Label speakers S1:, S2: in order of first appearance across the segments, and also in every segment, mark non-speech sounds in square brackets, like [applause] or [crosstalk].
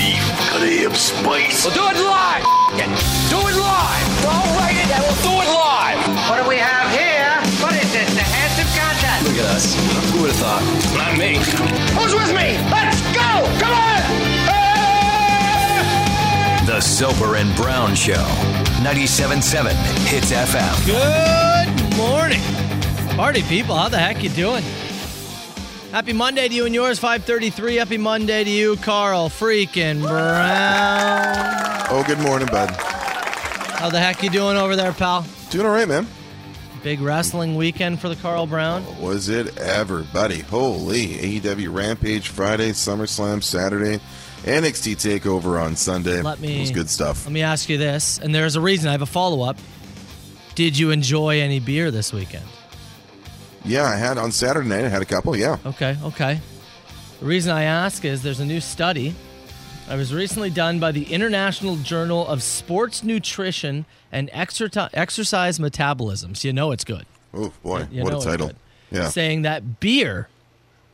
S1: gravity of space.
S2: We'll do it live. F- it. Do it live. Don't write it, and we'll do it live.
S3: What do we have here? What is this? The handsome contest.
S4: Look at us. Who would have thought?
S2: Not me.
S3: Who's with me? Let's go! Come on!
S5: The Soper and Brown Show, 97.7 Hits FM.
S6: Good morning. Party people, how the heck you doing? Happy Monday to you and yours, 533. Happy Monday to you, Carl freaking Brown.
S7: Oh, good morning, bud.
S6: How the heck you doing over there, pal?
S7: Doing all right, man.
S6: Big wrestling weekend for the Carl Brown.
S7: Was it ever, buddy? Holy AEW Rampage Friday, SummerSlam Saturday, NXT Takeover on Sunday.
S6: Let me-
S7: It was good stuff.
S6: Let me ask you this, and there's a reason I have a follow up. Did you enjoy any beer this weekend?
S7: Yeah, I had on Saturday night. I had a couple. Yeah.
S6: Okay, okay. The reason I ask is there's a new study. I was recently done by the International Journal of Sports Nutrition and Exerti- Exercise Metabolism. So you know it's good.
S7: Oh boy,
S6: You
S7: what
S6: know
S7: a
S6: it's
S7: title.
S6: good.
S7: Yeah.
S6: Saying that beer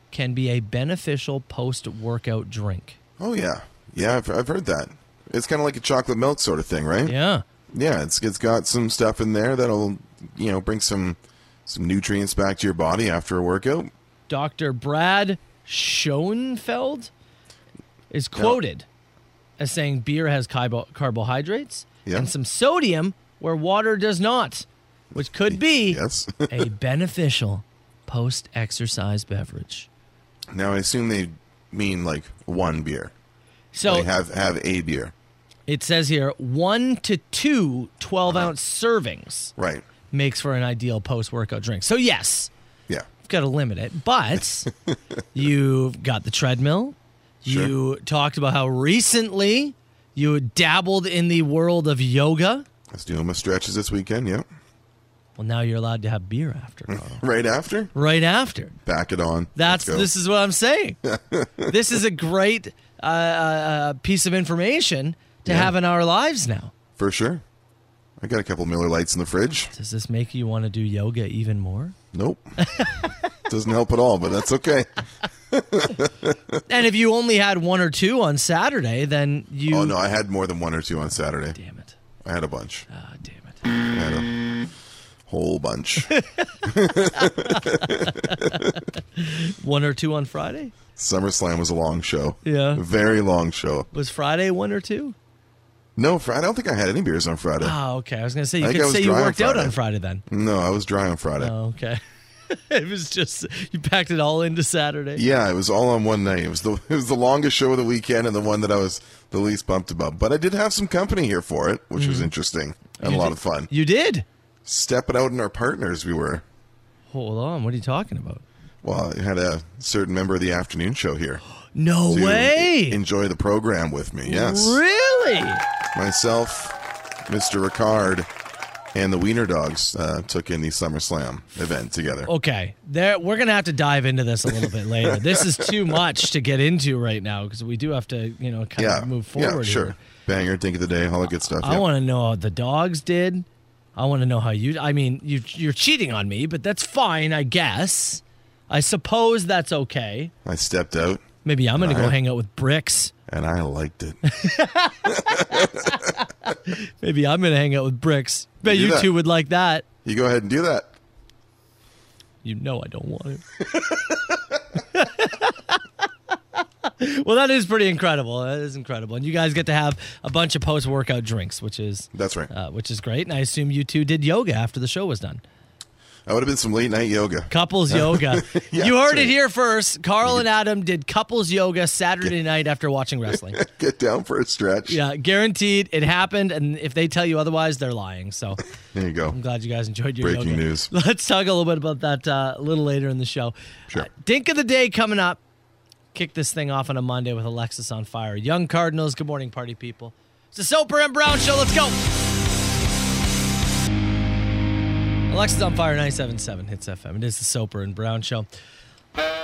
S6: can be a beneficial post workout
S7: [laughs]
S6: drink.
S7: Oh yeah, yeah. I've, I've heard that. It's kind of like a chocolate milk sort of thing, right?
S6: Yeah.
S7: Yeah, it's it's got some stuff in there that'll you know bring some some nutrients back to your body after a workout.
S6: Dr. Brad Schoenfeld is quoted as saying beer has carbo- carbohydrates
S7: Yeah.
S6: and some sodium where water does not, which could be
S7: Yes. [laughs]
S6: a beneficial post exercise beverage.
S7: now I assume they mean like one beer.
S6: So
S7: Like, have have a beer.
S6: it says here one to two 12 ounce servings
S7: Right.
S6: makes for an ideal post workout drink. So, yes,
S7: Yeah.
S6: you've got to limit it,
S7: [laughs]
S6: but you've got the treadmill. You talked about how recently you dabbled in the world of yoga.
S7: I was doing my stretches this weekend. Yeah.
S6: Well, now you're allowed to have beer after,
S7: [laughs]
S6: Carl.
S7: Right after,
S6: right after.
S7: back it on.
S6: That's
S7: Let's go.
S6: this is what I'm
S7: [laughs]
S6: saying. this is a great uh, uh, uh, piece of information to have in our lives now.
S7: for sure. I got a couple Miller Lights in the fridge.
S6: Does this make you want to do yoga even more?
S7: Nope. [laughs] Doesn't help at all, but that's okay.
S6: And if you only had one or two on Saturday, then you.
S7: Oh no, I had more than one or two on Saturday.
S6: Damn it!
S7: I had a bunch.
S6: Ah, damn it!
S7: I had a
S6: [laughs]
S7: whole bunch.
S6: One or two on Friday
S7: SummerSlam was a long show.
S6: Yeah.
S7: Very long show.
S6: was Friday one or two.
S7: No, Fri- I don't think I had any beers on Friday.
S6: Oh, okay. I was gonna say you
S7: I think I
S6: could
S7: was
S6: say you
S7: dry on
S6: worked out
S7: Friday.
S6: on Friday then.
S7: No, I was dry on Friday.
S6: Oh, okay. [laughs] it was just you packed it all into Saturday.
S7: Yeah, it was all on one night. It was the [laughs] it was the longest show of the weekend and the one that I was the least pumped about. But I did have some company here for it, which was interesting and a lot of fun.
S6: You Mm-hmm. did.
S7: Stepping out in our partners, we were.
S6: Hold on. What are you talking about?
S7: Well, I had a certain member of the afternoon show here.
S6: No
S7: to
S6: way.
S7: Enjoy the program with me. Yes.
S6: Really?
S7: Myself, Mr. Ricard, and the Wiener Dogs uh, took in the SummerSlam event together.
S6: Okay. There we're going to have to dive into this a little bit later. this is too much to get into right now because we do have to, you know, kind
S7: yeah.
S6: of move
S7: yeah,
S6: forward.
S7: sure.
S6: here.
S7: Banger, Dink of the Day, all that good stuff.
S6: I
S7: yeah.
S6: want to know how the dogs did. I want to know how you I mean, you you're cheating on me, but that's fine, I guess. I suppose that's okay.
S7: I stepped out
S6: Maybe I'm going to go
S7: Alright.
S6: hang out with Bricks.
S7: and I liked
S6: [laughs]
S7: it.
S6: Maybe I'm gonna hang out with Bricks. Bet
S7: Do
S6: you
S7: that.
S6: two would like that.
S7: you go ahead and do that.
S6: You know I don't want it. [laughs] well, that is pretty incredible. That is incredible, and you guys get to have a bunch of post-workout drinks, which is
S7: That's right.
S6: uh, which is great. And I assume you two did yoga after the show was done.
S7: I would have been some late night yoga.
S6: Couples yoga.
S7: [laughs] Yeah,
S6: you heard it
S7: that's right.
S6: here first. Carl and Adam did couples yoga Saturday night after watching
S7: [laughs]
S6: wrestling.
S7: Get down for a stretch.
S6: yeah, guaranteed it happened. And if they tell you otherwise, they're lying. So.
S7: There you go.
S6: I'm glad you guys enjoyed your
S7: Breaking
S6: yoga.
S7: news.
S6: [laughs] Let's talk a little bit about that uh, a little later in the show. Uh,
S7: Sure.
S6: Dink of the day coming up. Kick this thing off on a Monday with Alexis on fire. Young Cardinals. Good morning, party people. It's the Soper and Brown show. Let's go. Alexis on fire 977 hits FM. It is the Soper and Brown show.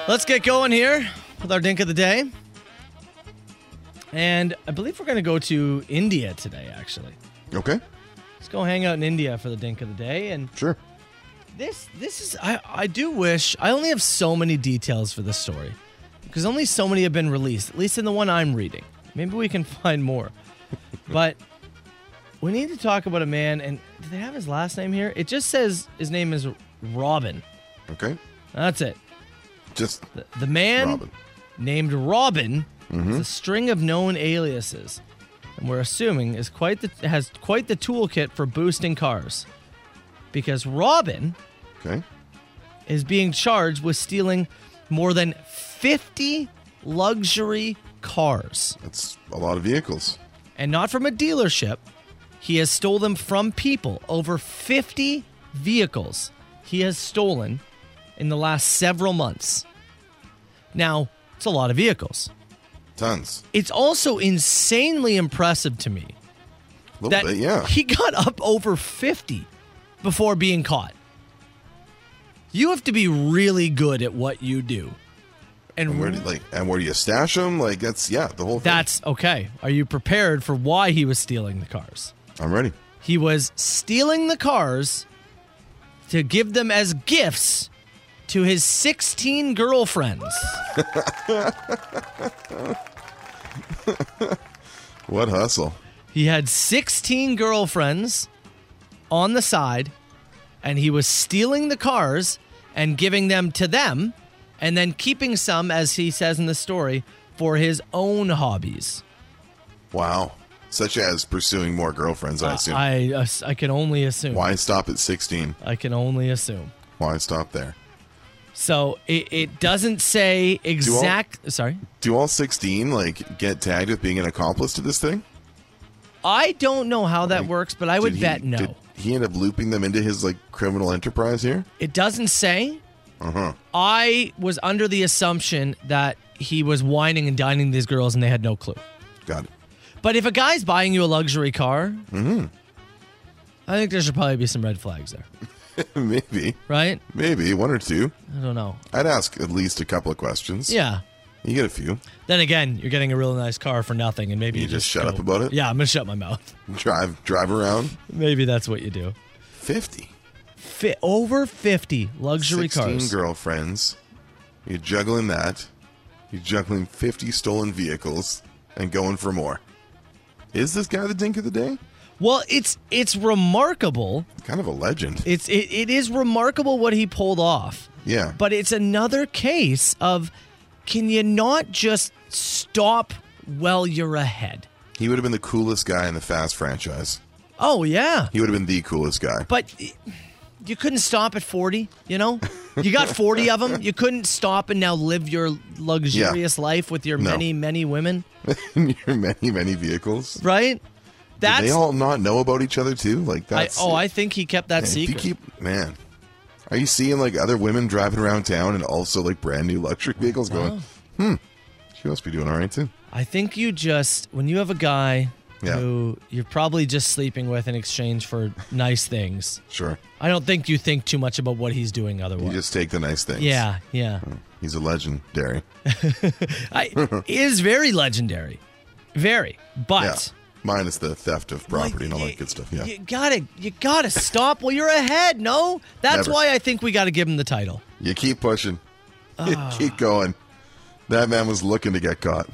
S6: Let's get going here with our Dink of the day. And I believe we're going to go to India today, actually.
S7: Okay.
S6: Let's go hang out in India for the Dink of the day. And
S7: Sure.
S6: this this is I, I do wish I only have so many details for this story because only so many have been released, at least in the one I'm reading. Maybe we can [laughs] find more. But we need to talk about a man, and do they have his last name here? It just says his name is Robin.
S7: Okay.
S6: That's it.
S7: Just
S6: The, the man
S7: Robin.
S6: named Robin has a string of known aliases, and we're assuming is quite the has quite the toolkit for boosting cars, because Robin
S7: Okay.
S6: is being charged with stealing more than 50 luxury cars.
S7: That's a lot of vehicles.
S6: And not from a dealership. He has stole them from people. Over 50 vehicles he has stolen in the last several months. Now, it's a lot of vehicles.
S7: Tons.
S6: It's also insanely impressive to me
S7: A little
S6: that
S7: bit, yeah.
S6: he got up over 50 before being caught. You have to be really good at what you do. And,
S7: Where do, like and where do you stash them? Like that's yeah, the whole thing.
S6: that's okay. Are you prepared for why he was stealing the cars?
S7: I'm ready.
S6: He was stealing the cars to give them as gifts to his 16 girlfriends.
S7: What hustle?
S6: He had 16 girlfriends on the side, and he was stealing the cars and giving them to them, and then keeping some, as he says in the story, for his own hobbies.
S7: Wow. Such as pursuing more girlfriends, I assume.
S6: Uh, I, ass- I can only assume.
S7: Why stop at 16?
S6: I can only assume.
S7: Why stop there?
S6: So it, it doesn't say exact. sorry.
S7: Do all 16 like get tagged with being an accomplice to this thing?
S6: I don't know how that works, but I would
S7: Did he-
S6: bet no.
S7: Did he end up looping them into his like criminal enterprise here? Uh-huh.
S6: It doesn't say. I was under the assumption that he was whining and dining these girls and they had no clue.
S7: Got it.
S6: But if a guy's buying you a luxury car,
S7: Mm-hmm.
S6: I think there should probably be some red flags there,
S7: [laughs] maybe,
S6: right?
S7: maybe one or two.
S6: I don't know.
S7: I'd ask at least a couple of questions.
S6: Yeah.
S7: you get a few.
S6: Then again, you're getting a real nice car for nothing, and maybe
S7: You
S6: you,
S7: just shut
S6: go-
S7: up about it?
S6: Yeah, I'm gonna shut my mouth. [laughs]
S7: Drive, drive around.
S6: Maybe that's what you do.
S7: 50.
S6: Fi over 50 luxury
S7: 16
S6: cars.
S7: girlfriends. You're juggling that. You're juggling 50 stolen vehicles and going for more. Is this guy the dink of the day?
S6: Well, it's it's remarkable.
S7: Kind of a legend.
S6: It's it, it is remarkable what he pulled off.
S7: Yeah.
S6: But it's another case of can you not just stop while you're ahead?
S7: He would have been the coolest guy in the Fast franchise.
S6: Oh yeah.
S7: He would have been the coolest guy. [laughs]
S6: But you couldn't stop at 40, you know? You got 40 of them. You couldn't stop and now live your luxurious life with your
S7: No.
S6: many many women,
S7: in your many, many vehicles.
S6: right? That's
S7: Did they all not know about each other too? Like
S6: I,
S7: that's
S6: oh, I think he kept that
S7: Man, if you
S6: secret.
S7: keep man. Are you seeing like other women driving around town and also like brand new luxury vehicles going,
S6: Oh.
S7: hmm, she must be doing all right too.
S6: I think you just when you have a guy
S7: Yeah.
S6: who you're probably just sleeping with in exchange for nice things.
S7: Sure.
S6: I don't think you think too much about what he's doing
S7: You
S6: otherwise.
S7: just take the nice things.
S6: yeah, yeah.
S7: He's a legendary.
S6: I, it is very legendary. Very.
S7: Yeah.
S6: But
S7: Minus the theft of
S6: Like,
S7: property and all
S6: you-
S7: that good stuff. Yeah.
S6: You gotta you gotta stop while you're ahead, no? That's
S7: Never.
S6: why I think we gotta give him the title.
S7: You keep pushing.
S6: uh.
S7: You keep going. That man was looking to get caught.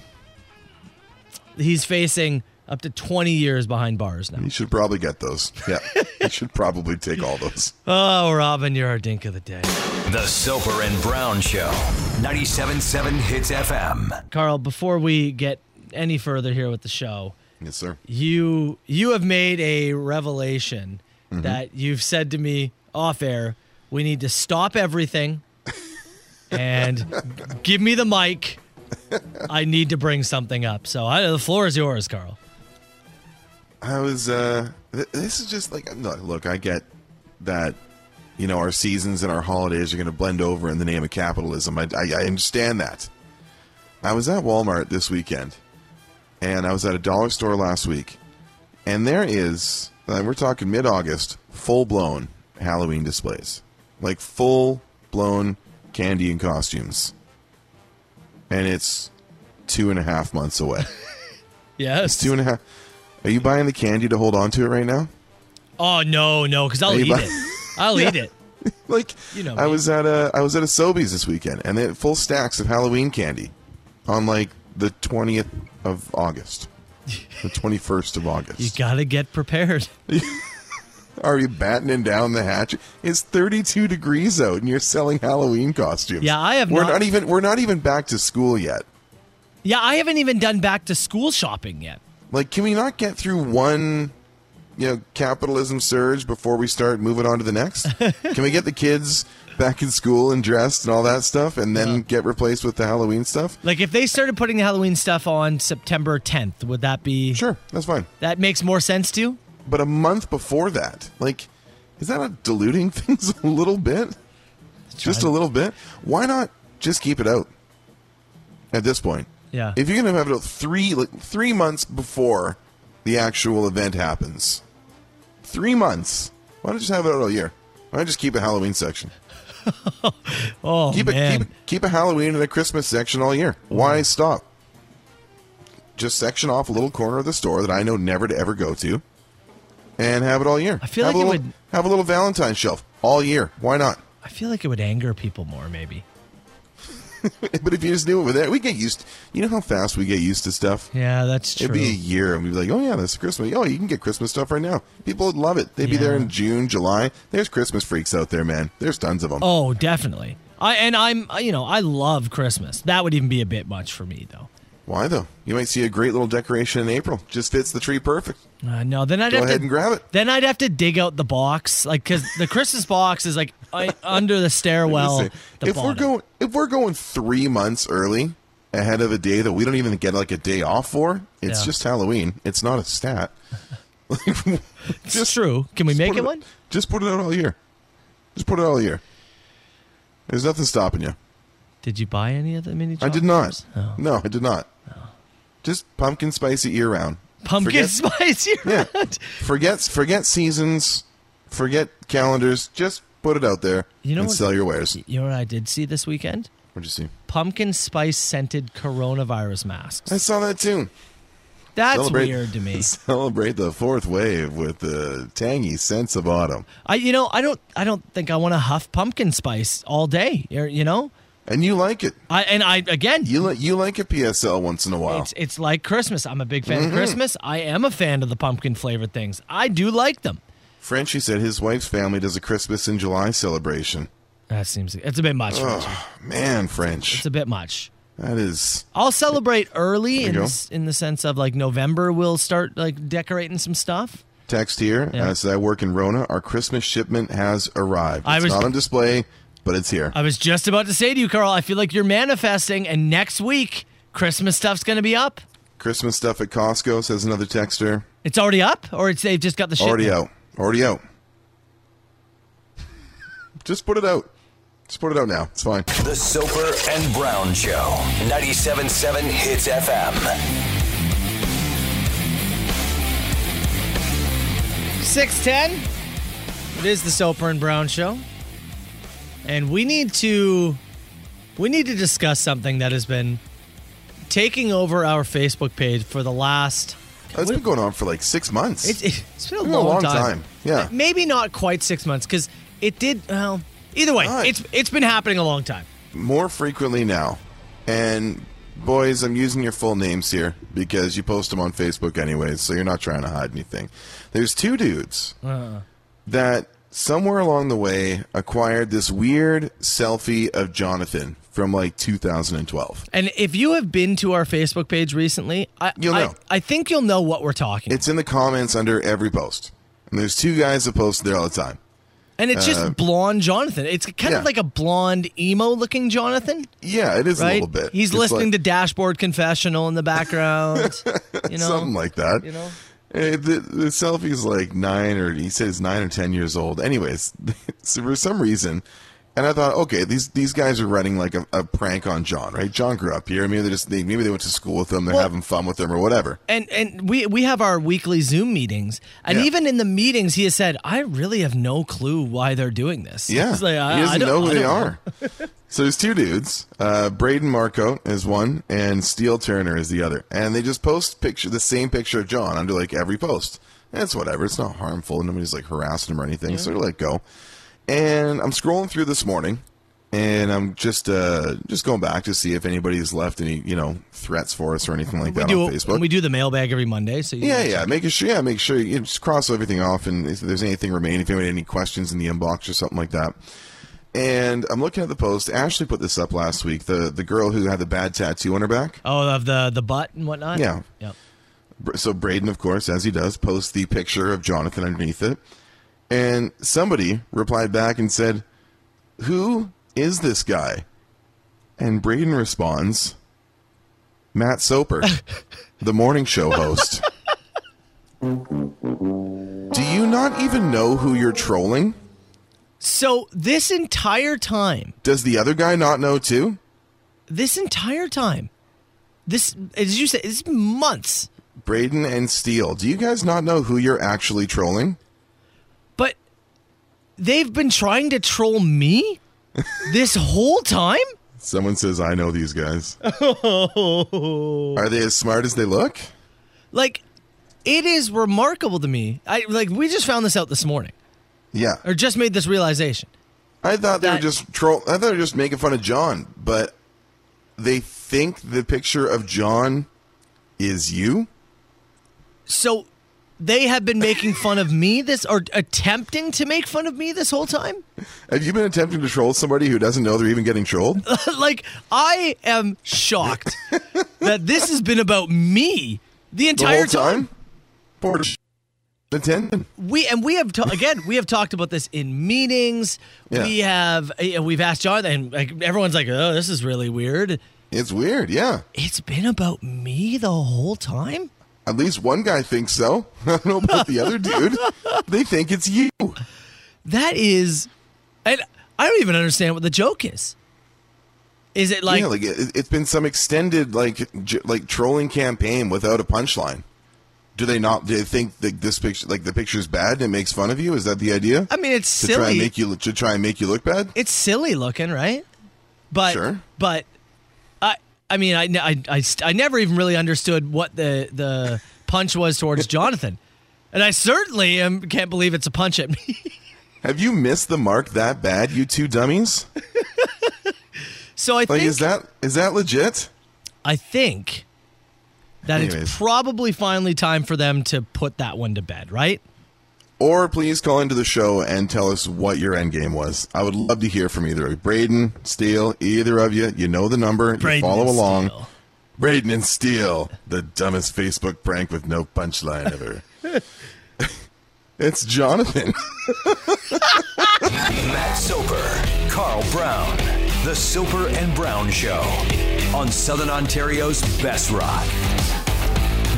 S6: He's facing up to twenty years behind bars now.
S7: He should probably get those.
S6: [laughs]
S7: Yeah. he should probably take all those.
S6: Oh Robin, you're our dink of the day.
S5: The Soper and Brown Show. 97.7 Hits FM.
S6: Carl, before we get any further here with the show,
S7: Yes, sir.
S6: you you have made a revelation
S7: Mm-hmm.
S6: that you've said to me off air we need to stop
S7: [laughs]
S6: everything and give me the mic i need to bring something up so I, the floor is yours carl
S7: I was. uh th- This is just like look. Look, I get that. You know, our seasons and our holidays are going to blend over in the name of capitalism. I, I, I understand that. I was at Walmart this weekend, and I was at a dollar store last week, and there is uh, we're talking mid-August, full-blown Halloween displays, like full-blown candy and costumes, and it's two and a half months away.
S6: yes
S7: Two and a half. Are you buying the candy to hold on to it right now?
S6: oh no no because i'll
S7: Hey,
S6: eat
S7: bye.
S6: it
S7: [laughs]
S6: i'll eat it
S7: Like
S6: You know
S7: I
S6: me.
S7: was at a I was at a Sobeys this weekend, and they had full stacks of Halloween candy on like the 20th of
S6: [laughs]
S7: August. The 21st of
S6: You
S7: August.
S6: gotta get prepared.
S7: Are you battening down the hatch? It's 32 degrees out and you're selling Halloween costumes.
S6: Yeah, I have
S7: We're
S6: not-
S7: not even we're not even back to school yet.
S6: Yeah, I haven't even done back to school shopping yet.
S7: Like can we not get through one you know capitalism surge before we start moving on to the next? can we get the kids back in school and dressed and all that stuff and then get replaced with the Halloween stuff?
S6: Like if they started putting the Halloween stuff on September 10th, would that be
S7: Sure, that's fine.
S6: that makes more sense to you?
S7: but a month before that. Like, is that not diluting [laughs] things a little bit? Just a little bit. Why not just keep it out at this point?
S6: Yeah.
S7: If you're gonna have it out three like, three months before the actual event happens, three months. Why not just have it out all year? Why not just keep a Halloween section?
S6: oh
S7: Keep
S6: man. Mm.
S7: a keep a- keep a Halloween and a Christmas section all year. Why stop? Just section off a little corner of the store that I know never to ever go to, and have it all year.
S6: I feel
S7: have
S6: like
S7: a
S6: it
S7: little,
S6: would-
S7: have a little Valentine's shelf all year. Why not? [laughs]
S6: I feel like it would anger people more maybe.
S7: but if you just knew it with that, we get used. you know how fast we get used to stuff.
S6: Yeah, that's true.
S7: It'd be a year, and we'd be like, "Oh yeah, that's Christmas. Oh, you can get Christmas stuff right now. People would love it. They'd be there
S6: Yeah.
S7: in June, July. There's Christmas freaks out there, man. There's tons of them.
S6: oh, definitely. I and I'm you know, I love Christmas. That would even be a bit much for me though.
S7: Why though? You might see a great little decoration in April. Just fits the tree perfect.
S6: Uh, no, then I'd
S7: Go
S6: have
S7: ahead
S6: to
S7: and grab it.
S6: Then I'd have to dig out the box, like because the Christmas box is like [laughs] I,
S7: [laughs]
S6: under the stairwell.
S7: Listen,
S6: the
S7: if we're
S6: bottom.
S7: going if we're going three months early ahead of a day that we don't even get like a day off for, it's
S6: Yeah.
S7: just Halloween. It's not a
S6: [laughs]
S7: stat. [laughs]
S6: it's true. Can we
S7: Just
S6: make
S7: put
S6: it one?
S7: Just put it out all year. Just put it all year. There's nothing stopping you.
S6: Did you buy any of the mini?
S7: I did not.
S6: chocolates?
S7: No,
S6: Oh.
S7: I did not. Just pumpkin spicy year round.
S6: Pumpkin
S7: Forget-
S6: spice. [laughs] You're
S7: Yeah.
S6: right.
S7: Forget forget seasons. Forget calendars. Just put it out there
S6: You know
S7: and
S6: what-
S7: sell your wares.
S6: You know what I did see this weekend?
S7: What'd you see?
S6: Pumpkin spice scented coronavirus masks.
S7: I saw that too.
S6: That's
S7: Celebrate-
S6: weird to
S7: [laughs]
S6: me.
S7: Celebrate the fourth wave with the tangy sense of autumn.
S6: I you know I don't I don't think I want to huff pumpkin spice all day. You're- You know
S7: And you like it.
S6: I and I again.
S7: You like you like a PSL once in a while.
S6: It's it's like Christmas. I'm a big fan of
S7: Mm-hmm.
S6: Christmas. I am a fan of the pumpkin flavored things. I do like them.
S7: Frenchie said his wife's family does a Christmas in July celebration. Oh,
S6: That seems it's a bit much. French.
S7: Man,
S6: It's
S7: French.
S6: a bit much.
S7: That is
S6: I'll celebrate early
S7: you
S6: in
S7: go.
S6: s- in the sense of like November we'll start like decorating some stuff.
S7: text here.
S6: Yeah.
S7: As I work in Rona, our Christmas shipment has arrived. It's
S6: I was- Uh,
S7: not on display, but it's here.
S6: I was just about to say to you, Carl, I feel like you're manifesting and next week Christmas stuff's going to be up.
S7: Christmas stuff at Costco says another texter.
S6: It's already up or it's they've just got the shit.
S7: Already out. Already out. Just put it out. Just put it out now. It's fine.
S5: The Soper and Brown Show. 97.7 Hits FM.
S6: 610. It is the Soper and Brown show. And we need to we need to discuss something that has been taking over our Facebook page for the last
S7: That's been going on for like six months.
S6: It's, it's been a
S7: been
S6: long, time.
S7: Yeah.
S6: Maybe not quite six months because it did. Well, either way,
S7: God.
S6: it's it's been happening a long time.
S7: more frequently now. And boys, I'm using your full names here because you post them on Facebook anyways, so you're not trying to hide anything. There's two dudes
S6: Uh-huh.
S7: that somewhere along the way acquired this weird selfie of Jonathan from like 2012.
S6: And if you have been to our Facebook page recently, I
S7: You'll
S6: I,
S7: know.
S6: I think you'll know what we're talking.
S7: It's in the comments under every post. And there's two guys that post there all the time.
S6: about. and it's just blonde Jonathan. It's kind
S7: uh, yeah.
S6: of like a blonde emo looking Jonathan,
S7: Yeah, it is
S6: right?
S7: a little bit.
S6: He's
S7: It's
S6: listening
S7: like-
S6: to Dashboard Confessional in the
S7: [laughs]
S6: background. you know,
S7: something like that.
S6: you know?
S7: Eh, the, the selfie's like nine or he says nine or ten years old. Anyways, [laughs] so for some reason, and I thought, okay, these these guys are running like a, a prank on John, right? John grew up here. Maybe they just they, maybe they went to school with him. They're
S6: Well-
S7: having fun with him or whatever.
S6: and and we we have our weekly Zoom meetings, and
S7: Yeah.
S6: even in the meetings, he has said, "I really have no clue why they're doing this."
S7: Yeah,
S6: It's like, I-
S7: he
S6: I
S7: doesn't
S6: don't-
S7: know who
S6: I
S7: they
S6: don't
S7: are. so there's two dudes. Uh, Braden Marco is one, and Steele Turner is the other. And they just post picture the same picture of John under like every post. And it's whatever. It's not harmful. Nobody's like harassing him or anything. So they let go. And I'm scrolling through this morning, and I'm just uh, just going back to see if anybody's left any you know threats for us or anything like
S6: We
S7: that
S6: do
S7: on Facebook.
S6: we do the mailbag every Monday. So you
S7: yeah, yeah, making sure, yeah, make sure you just cross everything off, and if there's anything remaining, if anybody had any questions in the inbox or something like that. And I'm looking at the post. Ashley put this up last week. The the girl who had the bad tattoo on her back.
S6: Oh, of the the butt and whatnot.
S7: Yeah.
S6: Yep.
S7: Br- so Braden, of course, as he does, posts the picture of Jonathan underneath it. And somebody replied back and said, Who is this guy? And Braden responds, Matt Soper, the morning show host. Do you not even know who you're trolling?
S6: So this entire time,
S7: Does the other guy not know too?
S6: this entire time, this as you said, it's months.
S7: Braden and Steele, do you guys not know who you're actually trolling?
S6: But they've been trying to troll
S7: [laughs]
S6: me this whole time?
S7: Someone says, I know these guys. Are they as smart as they look?
S6: Like, it is remarkable to me. I like we just found this out this morning.
S7: Yeah.
S6: Or just made this realization.
S7: I thought they were
S6: that-
S7: just troll. I thought they were just making fun of John, but they think the picture of John is you.
S6: So they have been making fun of me this or attempting to make fun of me this whole time? [laughs]
S7: Have you been attempting to troll somebody who doesn't know they're even getting trolled?
S6: like I am shocked that this has been about me the
S7: The
S6: entire
S7: whole time. Poor sh- attendant.
S6: We and we have ta- again we have talked about this in meetings.
S7: Yeah.
S6: We have uh, we've asked John and like everyone's like, oh, this is really weird.
S7: It's weird. Yeah.
S6: It's been about me the whole time.
S7: At least one guy thinks so. [laughs] I don't know about the other
S6: [laughs]
S7: dude. They think it's you.
S6: That is, and I don't even understand what the joke is. Is it like
S7: yeah, like it, it's been some extended like j- like trolling campaign without a punchline. Do they not? Do they think that this picture, like the picture's bad, and it makes fun of you? Is that the idea?
S6: I mean, it's
S7: to try and
S6: silly.
S7: make you to try and make you look bad.
S6: it's silly looking, right? But
S7: Sure.
S6: but I I mean I, ne- I, I st- I never even really understood what the the punch was
S7: [laughs]
S6: towards Jonathan, and I certainly am, can't believe it's a punch at me. [laughs]
S7: Have you missed the mark that bad, you two dummies?
S6: So I
S7: Like,
S6: think
S7: is that is that legit?
S6: I think that
S7: Anyways.
S6: it's probably finally time for them to put that one to bed, right?
S7: Or please call into the show and tell us what your end game was. I would love to hear from either of you. Braden, Steele, either of you. You know the number. you
S6: Braden
S7: follow
S6: and
S7: along.
S6: Steele.
S7: Braden and Steele, the dumbest Facebook prank with no punchline ever.
S6: [laughs]
S7: it's Jonathan.
S5: Matt Soper, Carl Brown, The Soper and Brown Show on Southern Ontario's Best Rock.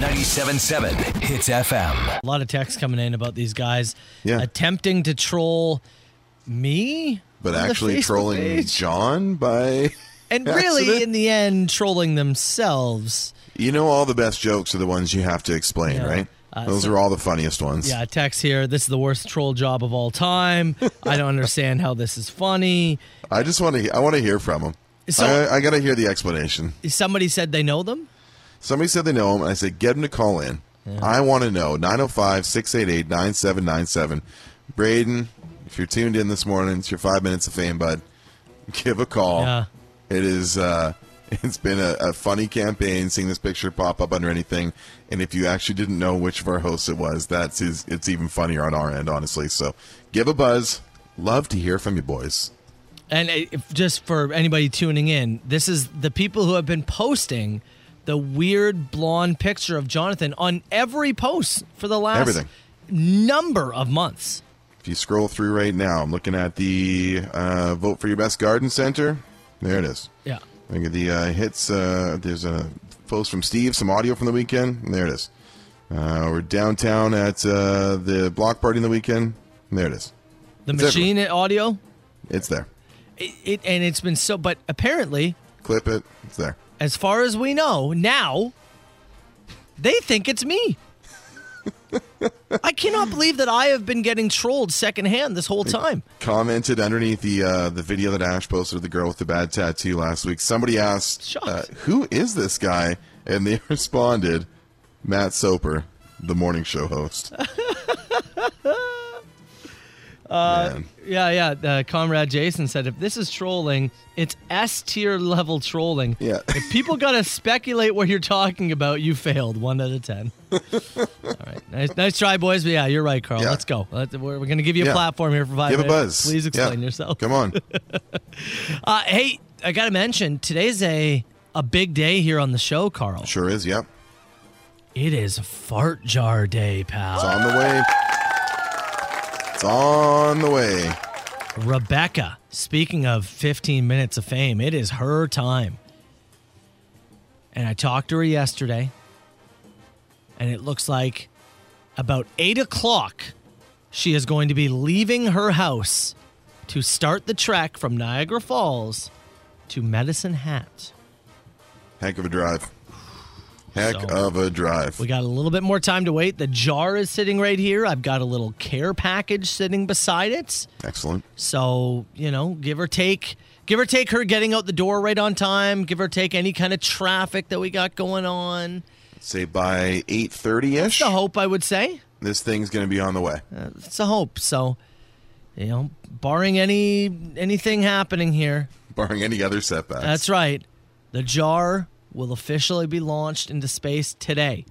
S5: 97.7 Hits FM.
S6: A lot of texts coming in about these guys
S7: Yeah.
S6: attempting to troll me,
S7: But
S6: on the
S7: actually
S6: Facebook
S7: trolling
S6: page.
S7: John by
S6: and really
S7: accident?
S6: in the end trolling themselves.
S7: You know all the best jokes are the ones you have to explain,
S6: Yeah.
S7: right?
S6: Uh,
S7: Those
S6: so-
S7: are all the funniest ones.
S6: Yeah, text here. This is the worst troll job of all time. I don't understand how this is funny.
S7: I just want to. I want to hear from him.
S6: So-
S7: I, I got to hear the explanation.
S6: Somebody said they know them.
S7: Somebody said they know him, and I said, get him to call in. I want to know 905 688 9797. Braden, if you're tuned in this morning, it's your five minutes of fame, bud. [laughs] Give a call.
S6: Yeah.
S7: It is. Uh, [laughs] it's been a, a funny campaign seeing this picture pop up under anything, and if you actually didn't know which of our hosts it was, that's is it's even funnier on our end, honestly. So, give a buzz. Love to hear from you, boys.
S6: And uh, if, just for anybody tuning in, this is the people who have been posting the weird blonde picture of Jonathan on every post for the last
S7: Everything.
S6: number of months.
S7: If you scroll through right now, I'm looking at the uh, vote for your best garden center. There it is.
S6: Yeah.
S7: Look at the uh, hits. Uh, there's a post from Steve, some audio from the weekend. And there it is. Uh, we're downtown at uh, the block party in the weekend. And there it is.
S6: The
S7: It's
S6: machine audio,
S7: It's there.
S6: it, it and it's been so. But apparently,
S7: Clip it. It's there.
S6: as far as we know now, they think it's me. I cannot believe that I have been getting trolled secondhand this whole time.
S7: Commented underneath the uh, the video that Ash posted of the girl with the bad tattoo last week. Somebody asked,
S6: Shocked.
S7: uh, "Who is this guy?" And they [laughs] responded, "Matt Soper, the morning show host." Man.
S6: Yeah, yeah. Uh, Comrade Jason said if this is trolling, it's S tier level trolling.
S7: Yeah.
S6: If people got to speculate what you're talking about, you failed. One out of
S7: [laughs]
S6: 10. All right. Nice, nice try, boys. But yeah, you're right, Carl.
S7: Yeah.
S6: Let's go. Let- We're, we're going to give you a
S7: Yeah.
S6: platform here for five
S7: Give a
S6: minutes.
S7: buzz.
S6: Please explain
S7: Yeah.
S6: yourself. [laughs]
S7: Come on.
S6: Uh, hey, I got to mention today's a, a big day here on the show, Carl.
S7: Sure is. Yep.
S6: It is fart jar day, pal.
S7: It's on the way. It's on the way.
S6: Rebecca, speaking of 15 minutes of fame, it is her time. And I talked to her yesterday, and it looks like about 8 o'clock, she is going to be leaving her house to start the trek from Niagara Falls to Medicine Hat.
S7: Heck of a drive. Heck
S6: So-
S7: of a drive.
S6: We got a little bit more time to wait. The jar is sitting right here. I've got a little care package sitting beside it.
S7: Excellent.
S6: So, you know, give or take, give or take her getting out the door right on time, give or take any kind of traffic that we got going on.
S7: Say by 8:30ish,
S6: It's a hope, I would say.
S7: this thing's going to be on the way.
S6: It's a hope. So, you know, barring any anything happening here,
S7: Barring any other setbacks.
S6: that's right. The jar will officially be launched into space today.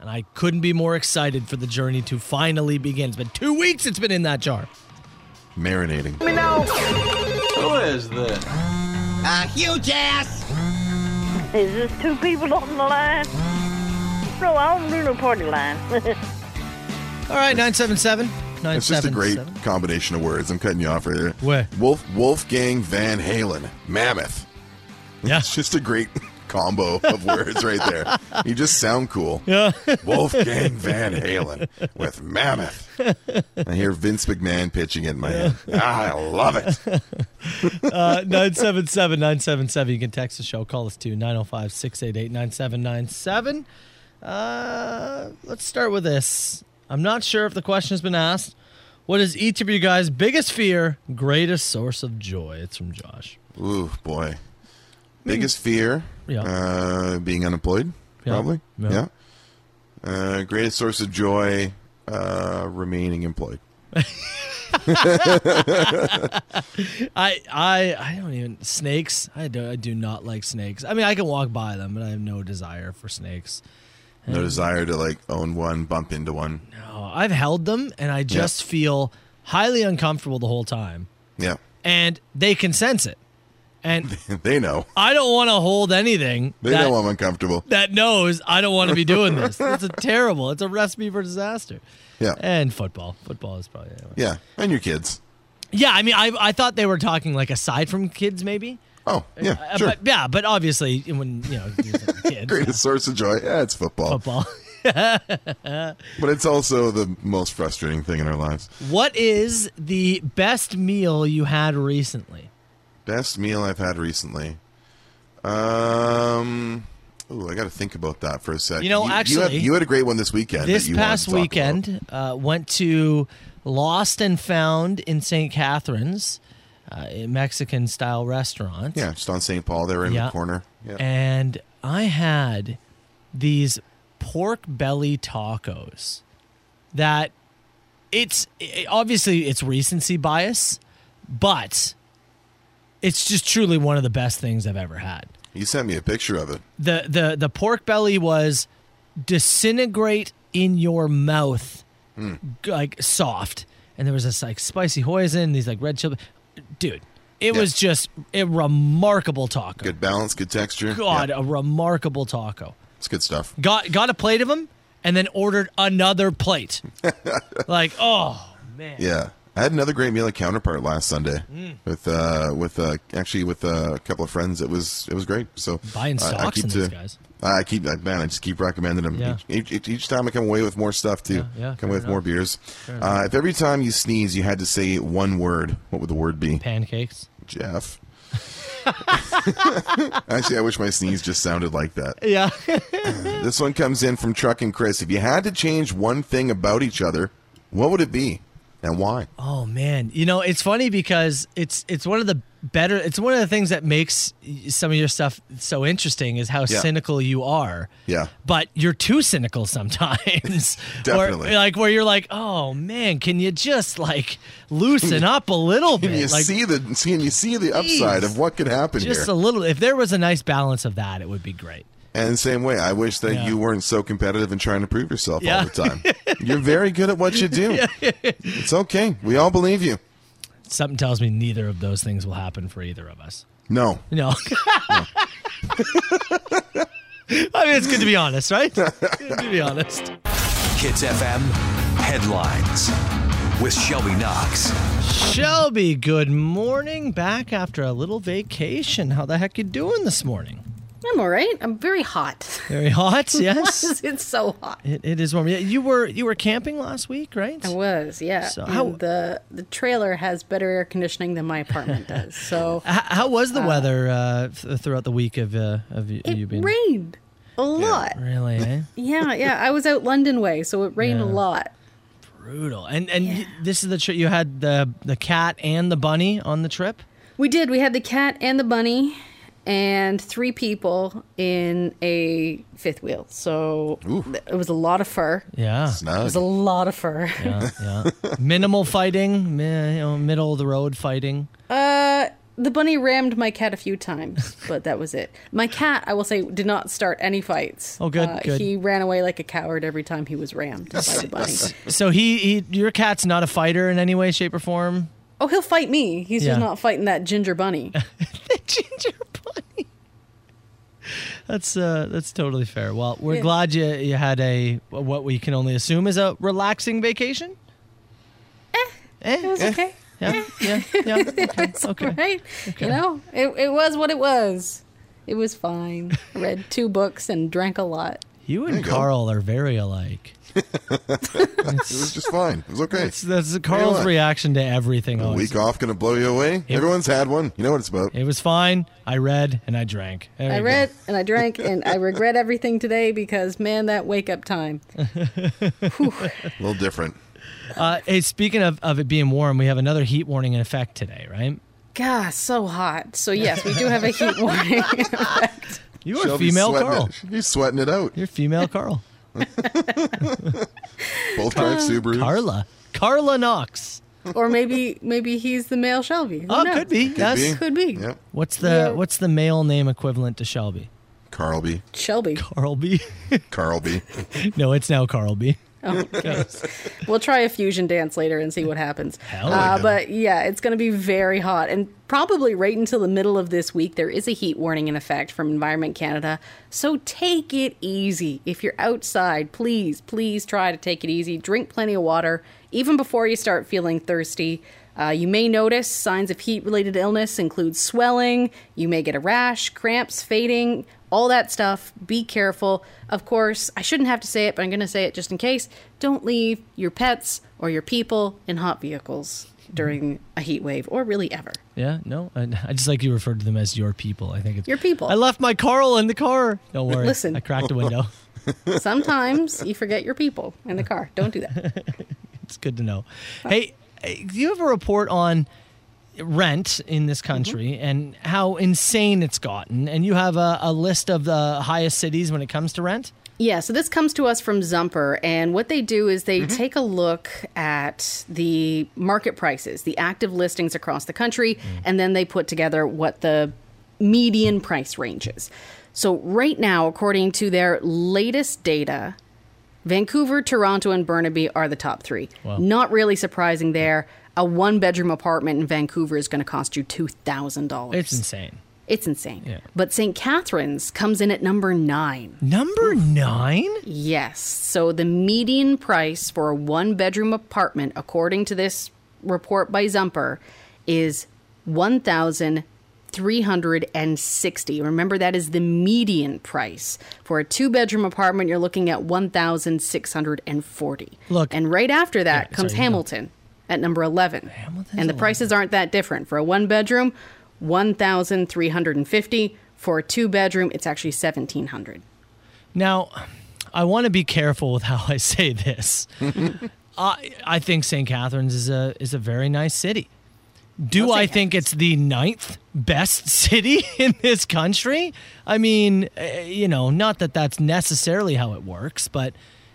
S6: And I couldn't be more excited for the journey to finally begin. It's been two weeks it's been in that jar.
S7: marinating.
S1: Is this two people on the line? No, I don't do no party line. [laughs]
S6: All right, 977.
S7: It's just a great combination of words. I'm cutting you off right there.
S6: Where?
S7: Wolf Wolfgang Van Halen, Mammoth.
S6: Yeah.
S7: It's just a great [laughs] combo of words right there. You just sound cool.
S6: Yeah. [laughs]
S7: Wolfgang Van Halen with Mammoth. I hear Vince McMahon pitching it in my head. Ah, I love it.
S6: [laughs] Uh, 977 977. You can text the show. Call us oh to 905 688 9797. Uh, Let's start with this. I'm not sure if the question has been asked. What is each of you guys' biggest fear, greatest source of joy? It's from Josh.
S7: Ooh, boy. Biggest fear
S6: Yeah.
S7: uh, being unemployed,
S6: Yeah.
S7: probably.
S6: Yeah.
S7: Yeah. Uh, greatest source of joy uh, remaining employed.
S6: I I I don't even snakes. I do I do not like snakes. I mean, I can walk by them, but I have no desire for snakes.
S7: No desire to like own one, bump into one.
S6: Oh, I've held them, and I just feel highly uncomfortable the whole time.
S7: Yeah. [laughs]
S6: And they can sense it. And
S7: They know.
S6: I don't want to hold anything
S7: They
S6: that,
S7: know I'm uncomfortable.
S6: [laughs] that knows I don't want to be doing
S7: [laughs]
S6: this. It's a terrible. It's a recipe for disaster.
S7: Yeah.
S6: And football. Football is probably. Anyway.
S7: yeah. And your kids.
S6: Yeah, I mean, I, I thought they were talking like aside from kids, maybe.
S7: Oh, yeah.
S6: Uh,
S7: Sure.
S6: But yeah, but obviously when you
S7: [laughs]
S6: know kids,
S7: Greatest source of joy. Yeah, it's football.
S6: football.
S7: But it's also the most frustrating thing in our lives.
S6: What is the best meal you had recently?
S7: Best meal I've had recently. Um. Ooh, I got to think about that for a sec.
S6: You know,
S7: you had,
S6: actually,
S7: you had a great one this weekend.
S6: This
S7: that you wanted
S6: past
S7: to talk about.
S6: weekend, uh, went to Lost and Found in St. Catharines, uh, a Mexican style restaurant.
S7: Yeah, just on St. Paul, there in
S6: Yeah.
S7: the corner. Yeah.
S6: and I had these pork belly tacos that it's i obviously it's recency bias, but it's just truly one of the best things I've ever had.
S7: you sent me a picture of it.
S6: The the the pork belly was disintegrate in your mouth
S7: Hmm.
S6: g- like soft and there was this like spicy hoisin, these like red chili. Dude, it
S7: Yeah.
S6: was just a remarkable taco.
S7: Good balance, good texture.
S6: God,
S7: Yeah,
S6: a remarkable taco.
S7: it's good stuff.
S6: Got got a plate of them, and then ordered another
S7: [laughs]
S6: plate. like, oh man,
S7: Yeah. I had another great meal at Counterpart last Sunday
S6: Hmm.
S7: with uh with uh actually with uh, a couple of friends. It was it was great. So
S6: Buying
S7: I- I
S6: stocks
S7: keep
S6: in
S7: to-
S6: these guys.
S7: I keep I- man, I just keep recommending them.
S6: Yeah.
S7: Each, each, each time I come away with more stuff too.
S6: Yeah, yeah,
S7: come
S6: fair
S7: away with more
S6: enough.
S7: beers. Uh, if every time you sneeze you had to say one word, what would the word be?
S6: pancakes. [laughs]
S7: Jeff. [laughs] actually, I wish my sneeze just sounded like that.
S6: Yeah,
S7: This one comes in from Truck and Chris. If you had to change one thing about each other, what would it be? and why?
S6: Oh man, you know it's funny because it's it's one of the better. It's one of the things that makes y- some of your stuff so interesting is how
S7: Yeah.
S6: cynical you are.
S7: Yeah.
S6: but you're too cynical sometimes.
S7: [laughs] Definitely.
S6: Or, like [laughs] where you're like, oh man, can you just like loosen up a little bit?
S7: Can you
S6: like,
S7: see the see, and you see the upside
S6: Jeez.
S7: of what could happen
S6: just
S7: here?
S6: a little. If there was a nice balance of that, it would be great.
S7: and the same way, I wish that
S6: Yeah.
S7: you weren't so competitive and trying to prove yourself
S6: Yeah.
S7: all
S6: [laughs]
S7: the time. You're very good at what you do. It's okay. We all believe you.
S6: Something tells me neither of those things will happen for either of us.
S7: No,
S6: No. [laughs] I mean, it's good to be honest, right?
S7: [laughs]
S6: Good to be honest.
S5: Hits FM headlines with Shelby Knox.
S6: Shelby, good morning. Back after a little vacation. How the heck you doing this morning?
S4: I'm all right. I'm very hot. [laughs]
S6: Very hot, yes.
S4: it's so hot.
S6: it, it is warm. Yeah, you were you were camping last week, right?
S4: I was, yeah.
S6: So
S4: And
S6: how-
S4: the the trailer has better air conditioning than my
S6: [laughs]
S4: apartment does. So
S6: H- how was the weather uh, th- throughout the week of uh, of y-
S4: it
S6: you being?
S4: rained a lot.
S6: Really, eh?
S4: [laughs] Yeah, yeah. I was out London way, so it rained a
S6: Yeah.
S4: lot.
S6: brutal. And and y this is the trip you had the the cat and the bunny on the trip.
S4: We did. We had the cat and the bunny and three people in a fifth wheel. So th- it was a lot of fur.
S6: Yeah,
S4: It
S7: no.
S4: was a lot of fur.
S6: yeah, yeah. Minimal fighting, mi- you know, middle of the road fighting.
S4: Uh, The bunny rammed my cat a
S6: [laughs]
S4: few times, but that was it. My cat, I will say, did not start any fights.
S6: Oh, good,
S4: Uh,
S6: good.
S4: He ran away like a coward every time he was rammed by the
S6: [laughs]
S4: bunny.
S6: So he, he your cat's not a fighter in any way, shape, or form.
S4: Oh, he'll fight me. He's
S6: Yeah.
S4: just not fighting that ginger
S6: [laughs]
S4: bunny.
S6: the ginger bunny. That's uh, that's totally fair. Well, we're
S4: Yeah.
S6: glad you you had a what we can only assume is a relaxing vacation.
S4: It was okay.
S6: Yeah, yeah, yeah. [laughs] Okay, okay.
S4: Right? You know, it, it was what it was. It was fine. I read two books and drank a lot.
S6: You and
S7: you go.
S6: Carl are very alike.
S7: it was just fine. It was okay.
S6: That's, that's Carl's
S7: what?
S6: reaction to everything.
S7: A
S6: Always.
S7: week off gonna blow you away. Everyone's had one. You know what it's about.
S6: It was fine. I read and I drank. There
S4: I
S6: you go.
S4: read and I drank, and
S6: [laughs]
S4: I regret everything today because, man, that wake up time.
S7: A little different.
S6: Uh, hey, speaking of, of it being warm, we have another heat warning in effect today, right?
S4: God, so hot. So, yes, we do have a heat warning.
S6: [laughs] You are
S7: Shelby's
S6: female
S7: sweating
S6: Carl.
S7: It. She's sweating it out.
S6: You're female Carl.
S7: Both drive Subarus.
S6: Carla. Carla Knox.
S4: or maybe maybe he's the male Shelby. Who
S6: Oh,
S4: knows?
S6: could be. That's,
S7: be.
S4: Could be.
S7: Yep.
S6: What's the
S4: Yeah.
S6: what's the male name equivalent to Shelby?
S7: Carlby.
S4: Shelby.
S6: Carlby. [laughs]
S7: Carlby.
S6: no, it's now Carlby.
S4: We'll try a fusion dance later and see what happens.
S6: Hell
S4: uh,
S6: yeah.
S4: but yeah, it's going to be very hot. And probably right until the middle of this week, there is a heat warning in effect from Environment Canada. So take it easy. If you're outside, please, please try to take it easy. Drink plenty of water, even before you start feeling thirsty. Uh, you may notice signs of heat related illness include swelling, you may get a rash, cramps, fading, all that stuff. Be careful. Of course, I shouldn't have to say it, but I'm going to say it just in case. Don't leave your pets or your people in hot vehicles during a heat wave or really ever.
S6: Yeah, no, I, I just like you referred to them as your people. I think it's
S4: Your people.
S6: I left my Carl in the car.
S4: [laughs]
S6: Don't worry.
S4: Listen.
S6: I cracked a
S4: [laughs]
S6: window.
S4: Sometimes you forget your people in the car. Don't do that.
S6: It's good to know. Hey, hey, do you have a report on rent in
S4: Mm-hmm.
S6: this country and how insane it's gotten? And you have a, a list of the highest cities when it comes to rent?
S4: Yeah, so this comes to us from Zumper, and what they do is they take a look at the market prices, the active listings across the country, and then they put together what the median price range is. So, right now, according to their latest data, Vancouver, Toronto, and Burnaby are the top three. Not really surprising there. A one bedroom apartment in Vancouver is going to cost you $2,000.
S6: It's insane.
S4: It's insane. But St. Catharines comes in at number nine.
S6: Number nine?
S4: Yes. So the median price for a one bedroom apartment, according to this report by Zumper, is one thousand three hundred and sixty. Remember that is the median price. For a two bedroom apartment, you're looking at one thousand six hundred and forty.
S6: Look-
S4: And right after that comes
S6: sorry, you go.
S4: Hamilton at number eleven. and the prices aren't that different. For a one bedroom, one thousand three hundred and fifty. For a two bedroom, it's actually seventeen hundred.
S6: Now, I want to be careful with how I say this. I I think St. Catharines is a is a very nice city. Do
S4: Well,
S6: I
S4: St.
S6: think it's the ninth best [laughs] city in this country? I mean, eh, you know, not that that's necessarily how it works, but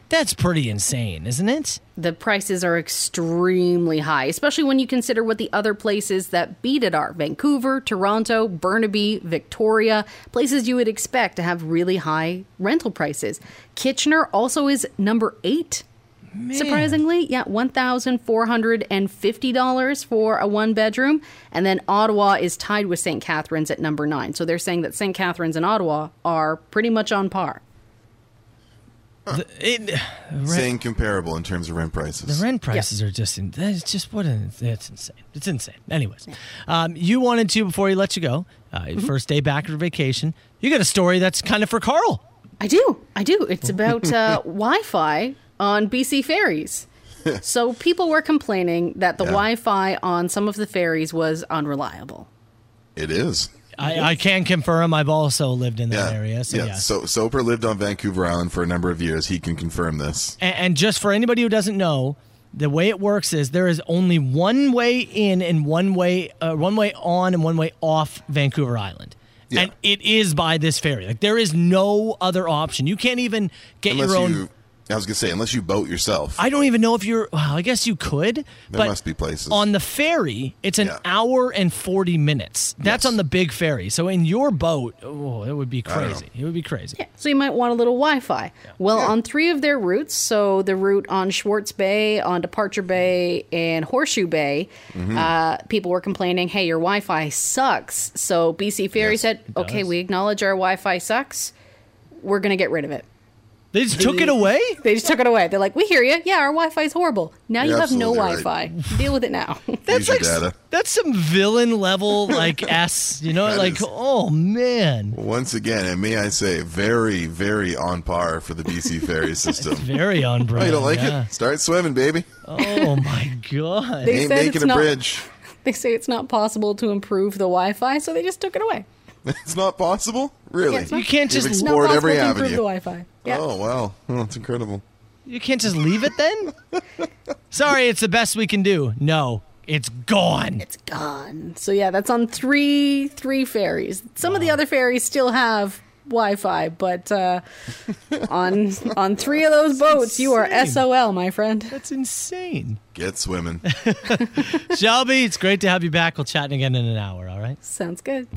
S6: that's pretty insane, isn't it?
S4: The prices are extremely high, especially when you consider what the other places that beat it are Vancouver, Toronto, Burnaby, Victoria, places you would expect to have really high rental prices. Kitchener also is number eight surprisingly. Yeah, $1,450 for a one bedroom. And then Ottawa is tied with St. Catharines at number nine. So they're saying that St. Catharines and Ottawa are pretty much on par.
S6: It-
S7: Saying comparable in terms of rent prices.
S6: The rent prices are just in, that's just what an, that's insane. It's insane. Anyways, um, you wanted to before he let you go. Uh, First day back from vacation. You got a story that's kind of for Carl.
S4: I do. I do. It's about uh, Wi Fi on BC ferries. so people were complaining that the
S7: Yeah.
S4: Wi Fi on some of the ferries was unreliable.
S7: It is.
S6: I, I can confirm. I've also lived in that
S7: Mm-hmm. Yeah.
S6: area. So
S7: yeah.
S6: yeah.
S7: So Soper lived on Vancouver Island for a number of years. He can confirm this.
S6: and, and just for anybody who doesn't know, the way it works is there is only one way in and one way uh, one way on and one way off Vancouver Island.
S7: Yeah.
S6: And it is by this ferry. Like there is no other option. You can't even get
S7: Unless
S6: your own
S7: you, I was gonna say, unless you boat yourself.
S6: I don't even know if you're. Well, I guess you could. There but
S7: must be places.
S6: on the ferry. It's an
S7: Yeah.
S6: hour and forty minutes. That's
S7: Yes.
S6: on the big ferry. So in your boat, oh, it would be
S7: don't know.
S6: crazy. It would be crazy.
S4: So you might want a little Wi Fi. Well, on three of their routes, so the route on Schwartz Bay, on Departure Bay, and Horseshoe Bay, uh, people were complaining, hey, your Wi Fi sucks. So BC Ferry said, okay, we acknowledge our Wi Fi sucks. We're going to get rid of it.
S6: They just took it away.
S4: They just took it away. They're like, we hear you. Yeah, our Wi Fi is horrible. Now you
S7: You're
S4: have no Wi
S7: absolutely
S4: Fi.
S7: right.
S4: Deal with it now. [laughs]
S6: That's
S7: your
S6: like s-
S7: data.
S6: that's some villain level [laughs] like S. You know,
S7: That
S6: like
S7: is-
S6: oh man,
S7: Once again, and may I say, very, very on par for
S6: [laughs]
S7: the BC ferry system.
S6: very on
S7: oh,
S6: brand.
S7: you don't like
S6: yeah.
S7: it? Start swimming, baby.
S6: Oh my god.
S4: They
S7: Ain't
S4: said
S7: making
S4: it's
S7: a
S4: not-
S7: bridge. [laughs]
S4: they say it's not possible to improve the Wi Fi, so they just took it away.
S7: It's not possible, really.
S4: Yeah, it's not-
S6: You can't
S7: You've
S6: just-
S4: Not
S7: explored
S4: possible
S7: every
S4: to improve the
S7: avenue.
S4: Wi Fi. Yeah.
S7: Oh wow, [laughs] oh, it's incredible.
S6: You can't just leave it then? Sorry, it's the best we can do. No, it's gone.
S4: it's gone. So yeah, that's on three three ferries. Some of the other ferries still have Wi-Fi, but uh, [laughs] on on three of those boats, you are
S6: insane.
S4: SOL, my friend.
S6: That's insane.
S7: Get swimming.
S6: Shelby, it's great to have you back. We'll chat again in an hour, all right?
S4: Sounds good.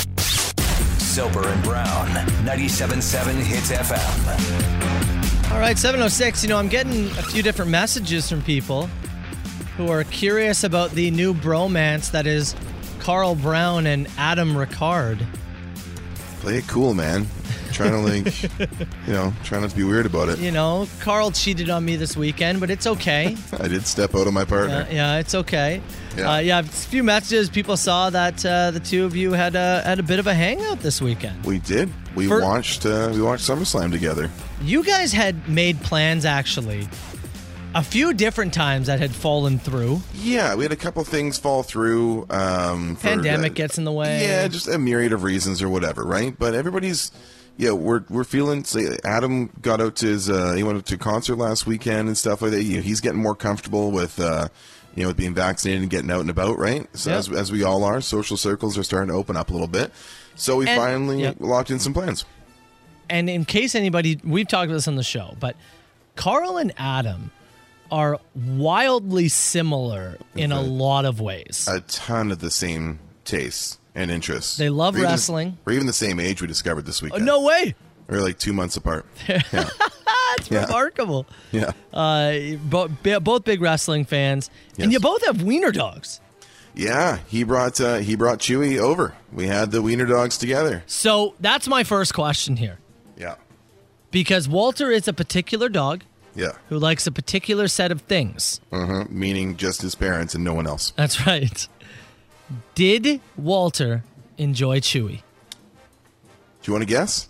S5: Soper and Brown, 97.7 Hits FM.
S6: All right, 706. You know, I'm getting a few different messages from people who are curious about the new bromance that is Carl Brown and Adam Ricard.
S7: Play it cool, man. Trying to
S6: [laughs]
S7: like, you know, try not to be weird about it.
S6: You know, Carl cheated on me this weekend, but it's
S7: [laughs]
S6: okay.
S7: I did step out of my
S6: Uh,
S7: partner.
S6: yeah, it's okay.
S7: Yeah.
S6: Uh, yeah, a few messages. People saw that uh, the two of you had uh, had a bit of a hangout this weekend.
S7: We did. We
S6: For-
S7: watched. Uh, we watched SummerSlam together.
S6: You guys had made plans actually a few different times that had fallen through.
S7: Yeah, we had a couple things fall through. Um, for,
S6: Pandemic
S7: uh,
S6: gets in the way.
S7: Yeah, just a myriad of reasons or whatever, right? But everybody's, yeah, we're we're feeling. Say, Adam got out to his, uh, he went out to a concert last weekend and stuff like that. You know, he's getting more comfortable with, uh, you know, with being vaccinated and getting out and about, right? So
S6: Yep.
S7: as as we all are, social circles are starting to open up a little bit. So we
S6: And-
S7: finally
S6: yep.
S7: locked in some plans.
S6: and in case anybody, we've talked about this on the show, but Carl and Adam are wildly similar in a lot of ways.
S7: A ton of the same tastes and interests.
S6: They love
S7: We're even-
S6: wrestling.
S7: we're even the same age. We discovered this
S6: Oh,
S7: weekend.
S6: no way!
S7: we're like two
S6: [laughs]
S7: months apart.
S6: That's remarkable.
S7: Yeah.
S6: Uh, bo- bi- both big wrestling fans, and
S7: Yes.
S6: you both have wiener dogs.
S7: Yeah, he brought uh, he brought Chewy over. We had the wiener dogs together.
S6: So that's my first question here,
S7: Yeah,
S6: because Walter is a particular dog
S7: yeah.
S6: who likes a particular set of
S7: [laughs]
S6: things.
S7: Uh-huh. Meaning just his parents and no one else.
S6: That's right. Did Walter enjoy Chewy?
S7: Do you want to guess?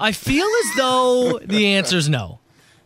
S6: I feel as though the answer's no.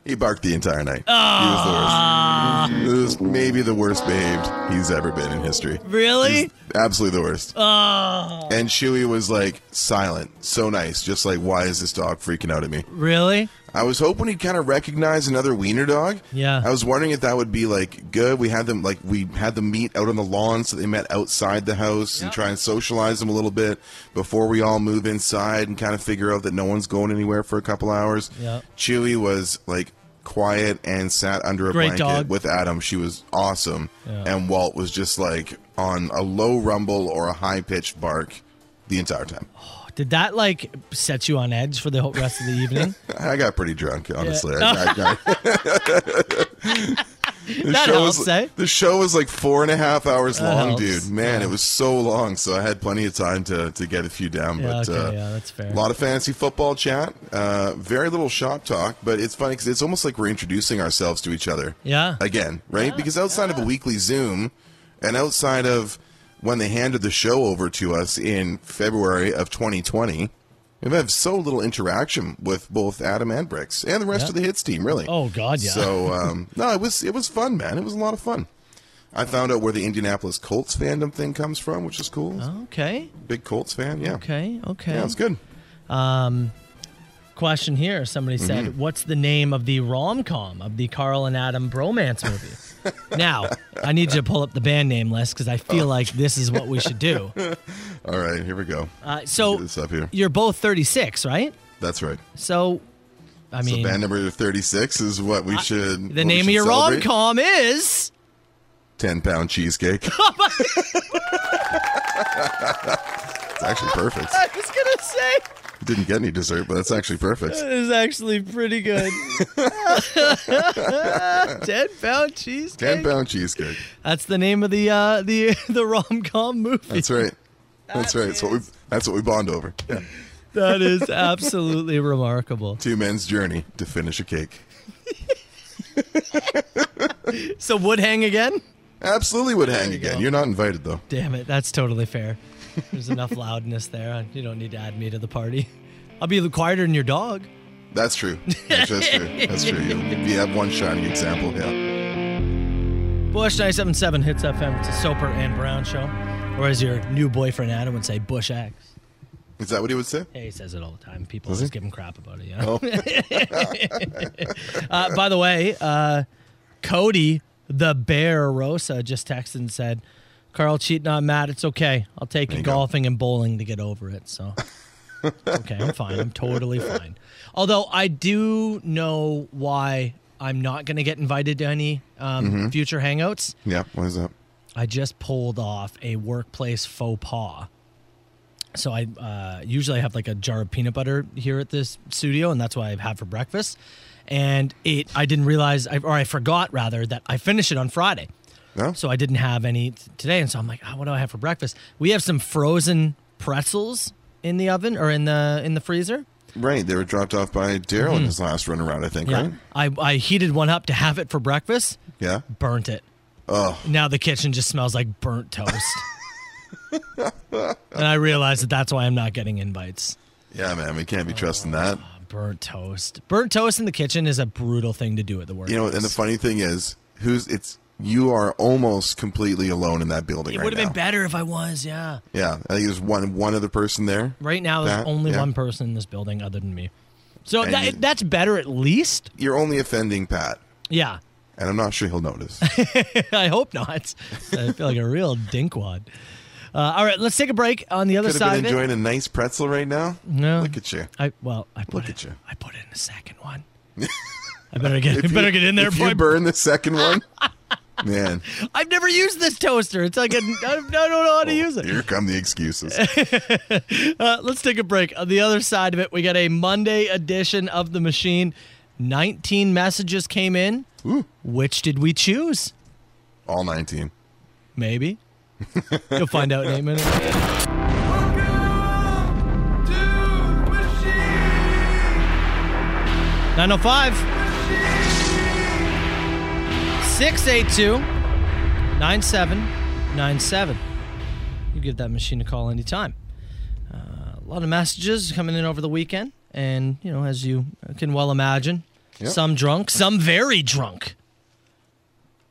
S7: He barked the entire night.
S6: Ah.
S7: He was the worst. It was maybe the worst behaved he's ever been in history.
S6: Really?
S7: He's absolutely the worst. And Chewy was like silent, so nice, just like why is this dog freaking out at me?
S6: Really?
S7: I was hoping he'd kind of recognize another wiener dog.
S6: Yeah.
S7: I was wondering if that would be like good. We had them like we had them meet out on the lawn, so they met outside the house and try and socialize them a little bit before we all move inside and kind of figure out that no one's going anywhere for a couple hours.
S6: Yeah.
S7: Chewy was like quiet and sat under a
S6: Great
S7: blanket
S6: dog.
S7: with Adam. She was awesome,
S6: Yeah.
S7: and Walt was just like on a low rumble or a high pitched bark the entire time.
S6: Did that like set you on edge for the whole rest of the evening?
S7: I got pretty drunk, honestly. I, I,
S6: [laughs]
S7: I, the
S6: That
S7: show
S6: helps,
S7: was,
S6: eh?
S7: The show was like four and a half hours
S6: That
S7: long,
S6: helps.
S7: dude. Man, it was so long, so I had plenty of time to, to get a few down.
S6: Yeah,
S7: [laughs] but
S6: okay,
S7: uh,
S6: yeah, that's fair.
S7: A lot of fantasy football chat, uh, very little shop talk, but it's funny because it's almost like we're introducing ourselves to each other.
S6: Yeah.
S7: Again, right? because outside of a weekly Zoom, and outside of when they handed the show over to us in February of 2020. We've had so little interaction with both Adam and Bricks and the rest
S6: Yeah.
S7: of the hits team, really.
S6: Oh, God, yeah.
S7: So um, [laughs] no, it was it was fun, man. It was a lot of fun. I found out where the Indianapolis Colts fandom thing comes from, which is cool.
S6: okay.
S7: Big Colts fan, yeah.
S6: Oh. Okay. Okay.
S7: Yeah, it's good.
S6: Question here. Somebody said,
S7: Mm-hmm.
S6: "What's the name of the rom-com of the Carl and Adam bromance
S7: [laughs]
S6: movie?" now, I need you to pull up the band name list because I
S7: Oh.
S6: feel like this is what we should
S7: [laughs]
S6: do.
S7: All right, here we go.
S6: Uh, so,
S7: Get this up here.
S6: you're both 36, right?
S7: That's right.
S6: So, I mean,
S7: so band number thirty six is what we should. what
S6: the
S7: we
S6: name of
S7: should
S6: your
S7: celebrate.
S6: rom-com is [laughs]
S7: Ten pound cheesecake. it's actually perfect.
S6: I was gonna say
S7: Didn't get any dessert, but that's actually perfect.
S6: it is actually pretty
S7: [laughs]
S6: good. Ten pound cheesecake.
S7: Ten pound cheesecake.
S6: That's the name of the uh, the [laughs] the rom com movie.
S7: [laughs] That's right. That's right. It's what we. That's what we bond over. Yeah.
S6: That is absolutely remarkable.
S7: Two men's journey to finish a cake.
S6: So would hang again?
S7: Absolutely would hang again.
S6: go.
S7: You're not invited though.
S6: Damn it, that's totally fair. There's enough [laughs] loudness there. You don't need to add me to the party. I'll be quieter than your dog.
S7: That's true. That's, that's true. That's true. You, you have one shining example. Yeah.
S6: Bush 977 hits FM. It's a Soper and Brown show. Or as your new boyfriend Adam would say, Bush X.
S7: Is that what he would say?
S6: Hey, he says it all the time. People
S7: Does
S6: always
S7: he? Oh.
S6: give him crap about it. Yeah. [laughs] uh, by the way, uh, Cody the Bear Rosa just texted and said, "Carl cheating on Matt. It's okay. I'll take you
S7: you go.
S6: golfing and bowling to get over it." So, okay, I'm fine. I'm totally fine. Although I do know why I'm not going to get invited to any um,
S7: Mm-hmm.
S6: future hangouts.
S7: Yeah. What is that?
S6: I just pulled off a workplace faux pas. So I uh, usually have like a jar of peanut butter here at this studio, and that's what I've had for breakfast. And it, I didn't realize, I, or I forgot rather, that I finished it on Friday.
S7: No.
S6: So I didn't have any t- today, and so I'm like, "Ah, what do I have for breakfast? We have some frozen pretzels in the oven or in the in the freezer.
S7: Right. They were dropped off by Daryl in his last run around. I think. Right.
S6: I, I heated one up to have it for breakfast.
S7: Yeah.
S6: burnt it.
S7: Oh.
S6: Now the kitchen just smells like burnt toast. and I realized that that's why I'm not getting invites. Uh,
S7: Yeah, man. We can't be trusting that.
S6: Burnt toast. Burnt toast in the kitchen is a brutal thing to do at the work.
S7: You know. And the funny thing is, who's it's. You are almost completely alone in that building
S6: it
S7: right
S6: would have
S7: now.
S6: been better if I was, yeah.
S7: Yeah, I think there's one one other person there.
S6: Right now, there's
S7: That-
S6: only
S7: yeah.
S6: one person in this building other than me. So
S7: And
S6: that,
S7: you-
S6: that's better at least.
S7: You're only offending Pat,
S6: Yeah. [laughs]
S7: and I'm not sure he'll notice.
S6: I hope not. [laughs] I feel like a real dinkwad. Uh, all right, let's take a break on the other
S7: Could have
S6: side of
S7: been
S6: it.
S7: enjoying a nice pretzel right now.
S6: No.
S7: Look at you.
S6: I well, I put
S7: Look
S6: it,
S7: at you.
S6: I put in the second one. I better get I
S7: you-
S6: better get in there
S7: [laughs] If you
S6: before
S7: burn the
S6: [laughs]
S7: second one, man,
S6: I, I've never used this toaster. It's like a, I don't know
S7: Oh,
S6: how to use it.
S7: here come
S6: [laughs]
S7: the excuses.
S6: Uh, let's take a break. On the other side of it, we got a Monday edition of the machine. 19 messages came in.
S7: Ooh,
S6: Which did we choose?
S7: all 19.
S6: Maybe. You'll find out in eight minutes. Nine oh five. 682-9797. You give that machine a call anytime. Uh, a lot of messages coming in over the weekend, and you know, as you can well imagine,
S7: Yep.
S6: Some drunk, some very drunk.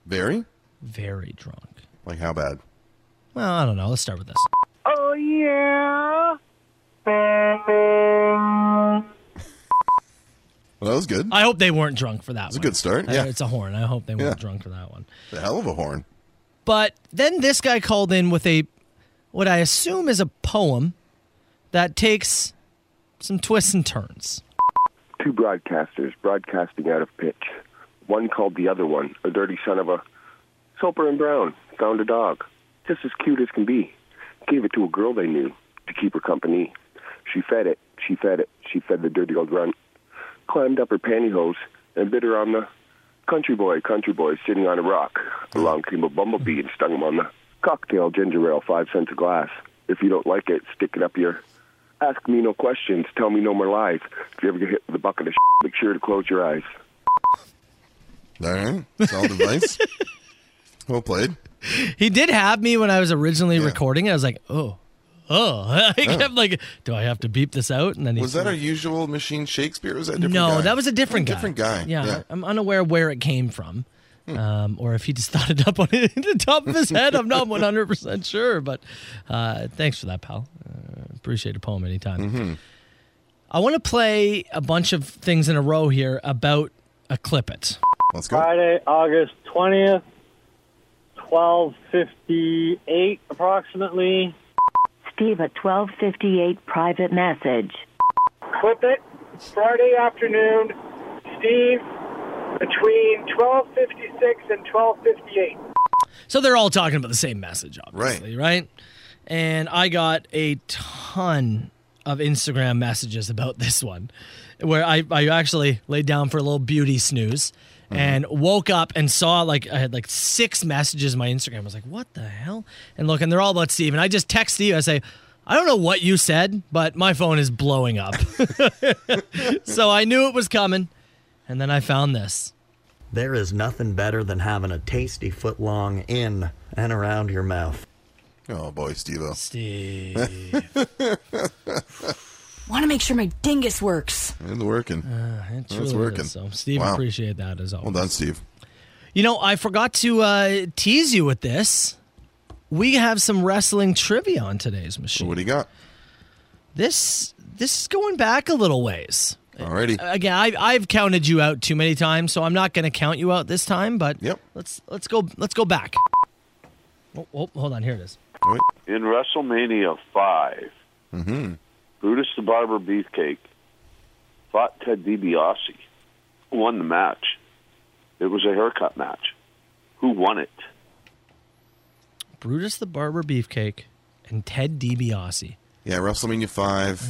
S7: Very?
S6: Very drunk.
S7: Like how bad?
S6: Well, I don't know. Let's start with this.
S1: Oh, yeah.
S7: Well, that was good.
S6: I hope they weren't drunk for that
S7: a
S6: one.
S7: good start,
S6: Uh,
S7: yeah.
S6: It's a horn. I hope they weren't
S7: Yeah.
S6: drunk for that one.
S7: The hell of a horn.
S6: But then this guy called in with a what I assume is a poem that takes some twists and turns.
S8: two broadcasters broadcasting out of pitch. One called the other one a dirty son of a. Soper and Brown found a dog, just as cute as can be. Gave it to a girl they knew to keep her company. She fed it, she fed it, she fed the dirty old runt. Climbed up her pantyhose and bit her on the country boy, country boy sitting on a rock. Along came a bumblebee and stung him on the cocktail ginger ale, five cents a glass. If you don't like it, stick it up your Ask me no questions. Tell me no more lies. If you ever get hit with a bucket of shit, make sure to close your eyes.
S7: All right.
S6: [laughs]
S7: Solid advice. Well played.
S6: He did have me when I was originally recording it. I was like, oh, oh. [laughs] I kept like, do I have to beep this out? And then he
S7: Was that our usual machine Shakespeare? or Was that a different
S6: no,
S7: guy?
S6: that was a different guy.
S7: Different guy.
S6: Yeah,
S7: Yeah. Hmm.
S6: I'm unaware where it came from, um, or if he just [laughs] thought it up on the top of his head. I'm not 100 percent sure, but uh, thanks for that, pal. Uh, appreciate a poem anytime.
S7: Mm-hmm.
S6: I want to play a bunch of things in a row here about a clip it.
S7: Let's go.
S9: Friday, August 20th, 1258 approximately.
S10: Steve, a 1258 private message.
S9: Clip it. Friday afternoon, Steve, between 1256 and 1258.
S6: So they're all talking about the same message, obviously, right? And I got a ton of Instagram messages about [laughs] this one, where I, I actually laid down for a little beauty snooze and woke up and saw like I had like six messages on my Instagram. I was like, what the hell? And look, and they're all about Steve. And I just text Steve. I say, I don't know what you said, but my phone is blowing up. [laughs] so I knew it was coming. And then I found this.
S11: There is nothing better than having a tasty footlong in and around your mouth.
S7: Oh boy, Steve
S6: Steve.
S10: Want to make sure my dingus works.
S7: It's working.
S6: It
S7: That's
S6: truly
S7: working.
S6: is. So, Steve,
S7: Wow.
S6: appreciate that as always.
S7: well done, Steve.
S6: You know, I forgot to uh, tease you with this. We have some wrestling trivia on today's machine.
S7: What do you got?
S6: This this is going back a little ways.
S7: Alrighty.
S6: Again, I, I've counted you out too many times, so I'm not going to count you out this time. But
S7: Yep.
S6: let's let's go let's go back. Oh, oh, hold on, here it is.
S7: Wait.
S8: In WrestleMania 5, Brutus the Barber Beefcake fought Ted DiBiase, won the match. It was a haircut match. Who won it?
S6: Brutus the Barber Beefcake and Ted DiBiase.
S7: Yeah, WrestleMania five.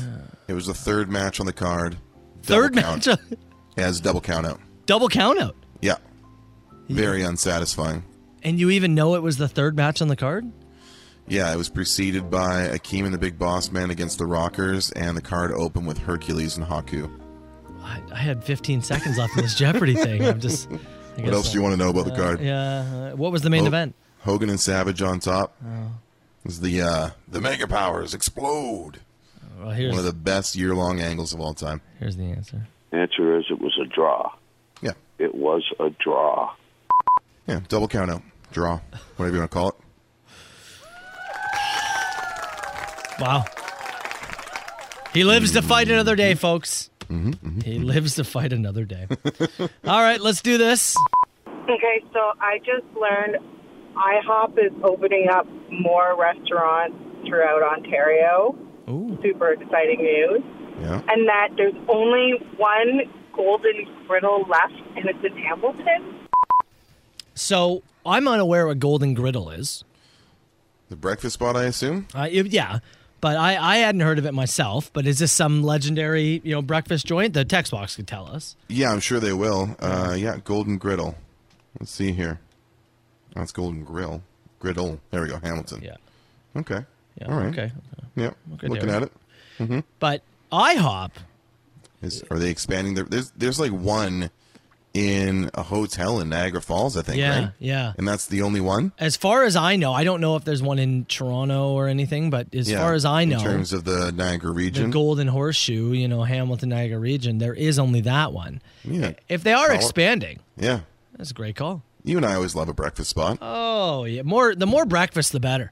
S7: It was the third match on the card.
S6: Third
S7: Double
S6: match,
S7: Count. It has a double count out.
S6: [laughs] double count out,
S7: Yeah. Very unsatisfying.
S6: and you even know it was the third match on the card.
S7: Yeah, it was preceded by Akeem and the Big Boss Man against the Rockers, and the card opened with Hercules and Haku.
S6: I, I had 15 seconds left in this Jeopardy thing. I'm just. I
S7: What else do you want to know about the card?
S6: Yeah. uh, What was the main
S7: Ho-
S6: event?
S7: Hogan and Savage on top.
S6: Oh.
S7: It was the uh, the Mega Powers explode.
S6: Well, here's
S7: One of the best year long angles of all time.
S6: here's the answer.
S8: Answer is it was a draw.
S7: Yeah,
S8: It was a draw.
S7: yeah. Double count out, draw, whatever you want to call it.
S6: Wow. He lives to fight another day, folks.
S7: Mm-hmm,
S6: He lives to fight another day. [laughs] All right, let's do this.
S9: Okay, so I just learned IHOP is opening up more restaurants throughout Ontario.
S6: Ooh.
S9: Super exciting news.
S7: Yeah.
S9: And that there's only one golden griddle left, and it's in Hamilton.
S6: So I'm unaware what Golden Griddle is.
S7: The breakfast spot, I assume.
S6: Uh, it- yeah, but I, I hadn't heard of it myself. But is this some legendary you know breakfast joint? The text box could tell us.
S7: Yeah, I'm sure they will. Uh, yeah, Golden Griddle. Let's see here. That's Golden Grill. Griddle. There we go. Hamilton.
S6: Yeah.
S7: Okay.
S6: Yeah.
S7: All right.
S6: Okay.
S7: Yeah.
S6: Okay,
S7: Looking
S6: Derek.
S7: at it.
S6: But IHOP.
S7: Is, are they expanding their? There's there's like one in a hotel in Niagara Falls, I think.
S6: Yeah,
S7: right?
S6: yeah.
S7: And that's the only one.
S6: As far as I know, I don't know if there's one in Toronto or anything, but as
S7: Yeah,
S6: far as I know,
S7: in terms of the Niagara region,
S6: the Golden Horseshoe, you know, Hamilton Niagara region, there is only that one.
S7: Yeah.
S6: If they are
S7: Call it.
S6: expanding,
S7: yeah,
S6: that's a great call.
S7: you and I always love a breakfast spot.
S6: Oh yeah, more the more breakfast the better.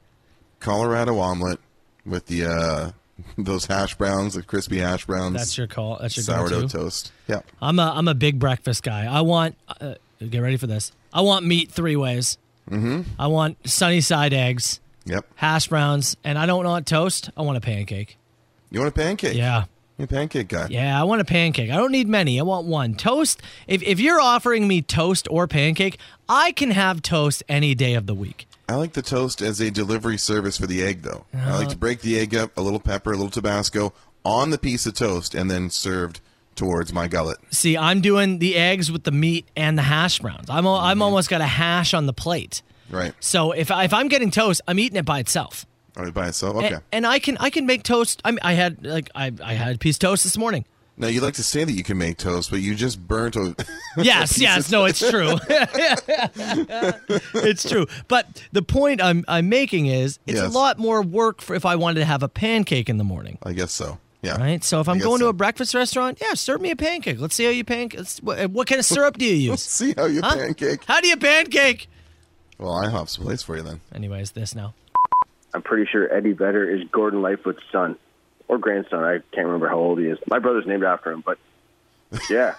S7: Colorado omelet with the uh, [laughs] those hash browns, the crispy hash browns.
S6: That's your call. That's your
S7: sourdough
S6: go-to.
S7: toast. Yeah,
S6: I'm a I'm a big breakfast guy. I want uh, get ready for this. I want meat three ways. Mm-hmm. I want sunny side eggs.
S7: Yep.
S6: Hash browns, and I don't want toast. I want a pancake.
S7: You want a pancake?
S6: Yeah.
S7: you a pancake guy.
S6: Yeah, I want a pancake. I don't need many. I want one. Toast. If if you're offering me toast or pancake, I can have toast any day of the week.
S7: I like the toast as a delivery service for the egg, though. I
S6: Uh-huh.
S7: like to break the egg up, a little pepper, a little Tabasco on the piece of toast, and then served towards my gullet.
S6: See, I'm doing the eggs with the meat and the hash browns. I'm al- I'm almost got a hash on the plate.
S7: Right.
S6: So if I- if I'm getting toast, I'm eating it by itself.
S7: All right, by itself.
S6: A-
S7: Okay.
S6: And, I can I can make toast. I, mean, I had like I, I had a piece of toast this morning.
S7: now you like to say that you can make toast, but you just burnt a. [laughs]
S6: [laughs] Yes, yes, no, it's true. [laughs] it's true. But the point I'm I'm making is it's
S7: Yes.
S6: a lot more work for if I wanted to have a pancake in the morning.
S7: I guess so. Yeah.
S6: Right. So if I'm
S7: guess
S6: going
S7: so.
S6: to a breakfast restaurant, yeah, serve me a pancake. Let's see how you pancake. What, what kind of syrup do you use?
S7: See how you
S6: Huh?
S7: [laughs] pancake.
S6: How do you pancake?
S7: Well, I have some place for you then.
S6: Anyways, this now.
S12: I'm pretty sure Eddie Vedder is Gordon Lightfoot's son or grandson. I can't remember how old he is. My brother's named after him, but
S13: [laughs]
S12: yeah.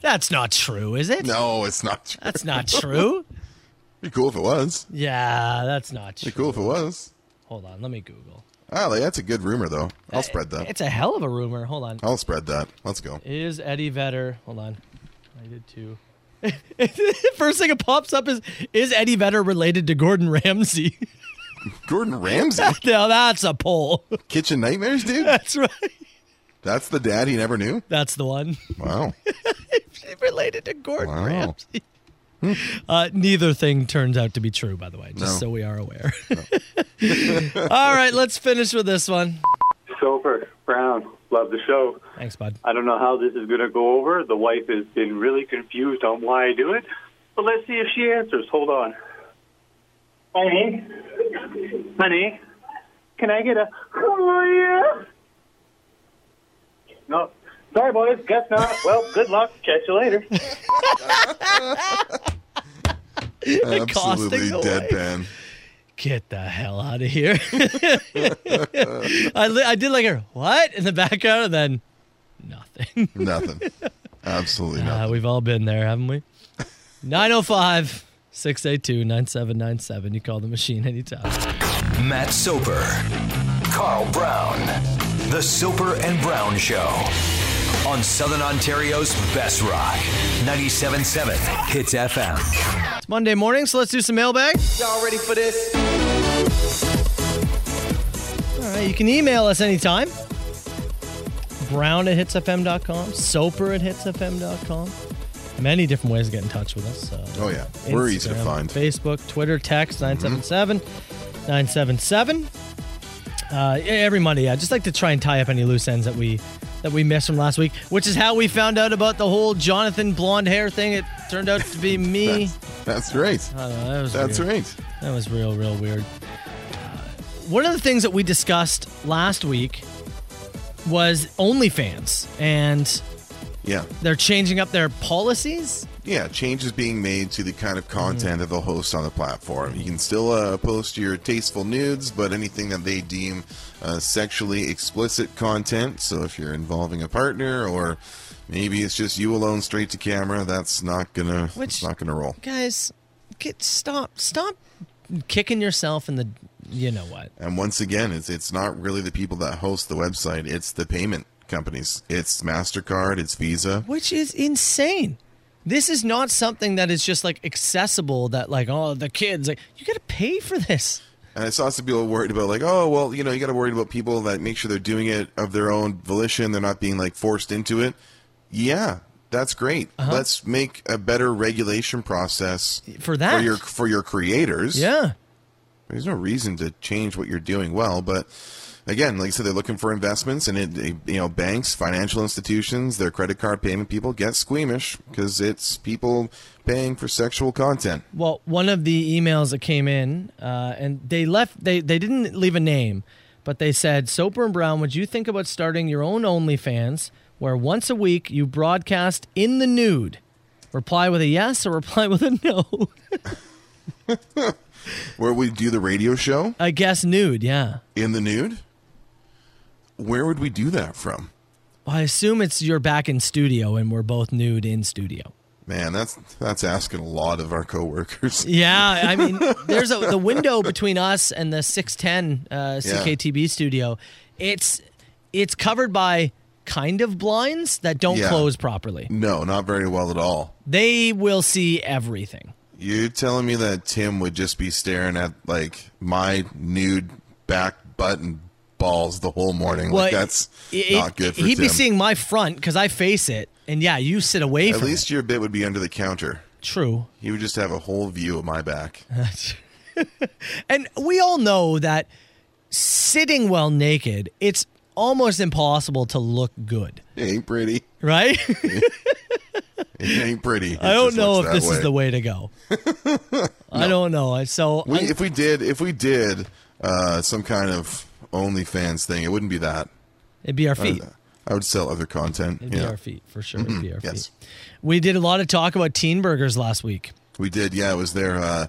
S6: That's not true, is it?
S7: No, it's not. True.
S6: That's not
S7: [laughs]
S6: true.
S7: Be cool if it was.
S6: Yeah, that's not
S7: Be
S6: true.
S7: cool if it was.
S6: Hold on, let me Google.
S7: Oh, that's a good rumor though. I'll spread that.
S6: It's a hell of a rumor. Hold on.
S7: I'll spread that. Let's go.
S6: Is Eddie Vedder? Hold on. I did too. [laughs] First thing that pops up is is Eddie Vedder related to Gordon Ramsay? [laughs]
S7: Gordon Ramsay,
S6: now that's a poll. [laughs]
S7: Kitchen Nightmares, dude.
S6: That's right.
S7: That's the dad he never knew.
S6: That's the one.
S7: Wow.
S6: [laughs] related to Gordon
S7: Wow.
S6: Ramsay. Uh, neither thing turns out to be true, by the way, just
S7: No.
S6: so we are
S7: [laughs]
S6: aware. [laughs] All right, let's finish with this one.
S13: Soper, Brown, love the show.
S6: Thanks, bud.
S13: I don't know how this is going to go over. The wife has been really confused on why I do it, but let's see if she answers. Hold on. Honey, honey, can I get a? Oh yeah. No, sorry, boys. Guess not. well, good luck. Catch you later.
S7: Absolutely
S6: Costing away.
S7: deadpan.
S6: Get the hell out of here. [laughs] I, li- I did like a what in the background and then nothing.
S7: Nothing. Absolutely
S6: Ah,
S7: nothing.
S6: we've all been there, haven't we? [laughs] 905 682 9797. You call the machine anytime.
S5: Matt Soper, Carl Brown, The Soper and Brown Show on Southern Ontario's Best Rock, 97.7 Hits FM.
S6: It's Monday morning, so let's do some mailbag.
S2: Y'all ready for this?
S6: All right, you can email us anytime. Brown at hitsfm.com, soper at hitsfm.com. Many different ways to get in touch with us. Uh,
S7: Oh yeah, we're easy to
S6: Instagram,
S7: find. Mm-hmm.
S6: Facebook, Twitter, text 977 977. Uh, yeah, every Monday, I just like to try and tie up any loose ends that we that we missed from last week, which is how we found out about the whole Jonathan blonde hair thing. It turned out to
S7: [laughs]
S6: be me.
S7: That's right.
S6: I don't know, that was
S7: That's
S6: weird.
S7: right.
S6: That was real, real weird. Uh, One of the things that we discussed last week was OnlyFans, and
S7: Yeah.
S6: they're changing up their policies.
S7: Yeah, changes being made to the kind of content that they'll host on the platform. You can still uh, post your tasteful nudes, but anything that they deem uh, sexually explicit content. So if you're involving a partner, or maybe it's just you alone, straight to camera, that's not gonna
S6: Which-
S7: that's not gonna roll.
S6: Guys, get stop, stop kicking yourself in the, you know what?
S7: And once again, it's it's not really the people that host the website; it's the payment companies. It's Mastercard, it's Visa.
S6: Which is insane. This is not something that is just like accessible. That like, oh, the kids, like you got to pay for this.
S7: And I saw some people worried about like, oh well, you know, you got to worry about people that make sure they're doing it of their own volition; they're not being like forced into it. Yeah, that's great.
S6: Uh-huh.
S7: Let's make a better regulation process
S6: For that.
S7: for your for your creators.
S6: Yeah.
S7: There's no reason to change what you're doing well, but again, like I said, they're looking for investments, and it, it- you know, banks, financial institutions, their credit card payment people get squeamish because it's people paying for sexual content.
S6: Well, one of the emails that came in, uh, and they left, they, they didn't leave a name, but they said, Soper and Brown, would you think about starting your own OnlyFans where once a week you broadcast in the nude? Reply with a yes or reply [laughs] with a no.
S7: Where we do the radio show
S6: I guess nude, yeah.
S7: in the nude. Where would we do that from?
S6: Well, I assume it's you're back in studio and we're both nude in studio.
S7: Man, that's that's asking a lot of our coworkers.
S6: [laughs] Yeah, I
S7: [laughs]
S6: mean, there's a, the window between us and the 610 uh,
S7: Yeah.
S6: CKTB studio. It's it's covered by kind of blinds that don't
S7: Yeah.
S6: close properly.
S7: No, not very well at all.
S6: They will see everything.
S7: You're telling me that Tim would just be staring at like my nude back butt and balls the whole morning. like that's
S6: it-
S7: not good for
S6: He'd
S7: Tim.
S6: be seeing my front because I face it, and yeah, you sit away
S7: at
S6: from
S7: least your bit would be under the counter.
S6: it. True.
S7: He would just have a whole view of
S6: [laughs]
S7: my back.
S6: and we all know that sitting well naked, it's almost impossible to look good,
S7: It ain't pretty.
S6: right? [laughs]
S7: It ain't pretty. It
S6: I don't
S7: just
S6: know
S7: looks
S6: if
S7: that
S6: this is the way to
S7: [laughs]
S6: go. I don't know. I- So
S7: We, if we did, if we did uh, some kind of OnlyFans thing, it wouldn't be that.
S6: It'd be our
S7: I would-
S6: feet.
S7: I would sell other content.
S6: It'd be
S7: yeah. Mm-hmm.
S6: our feet for sure. It'd be our
S7: Yes.
S6: feet. We did a lot of talk about teen burgers last week.
S7: We did, yeah. It was their uh,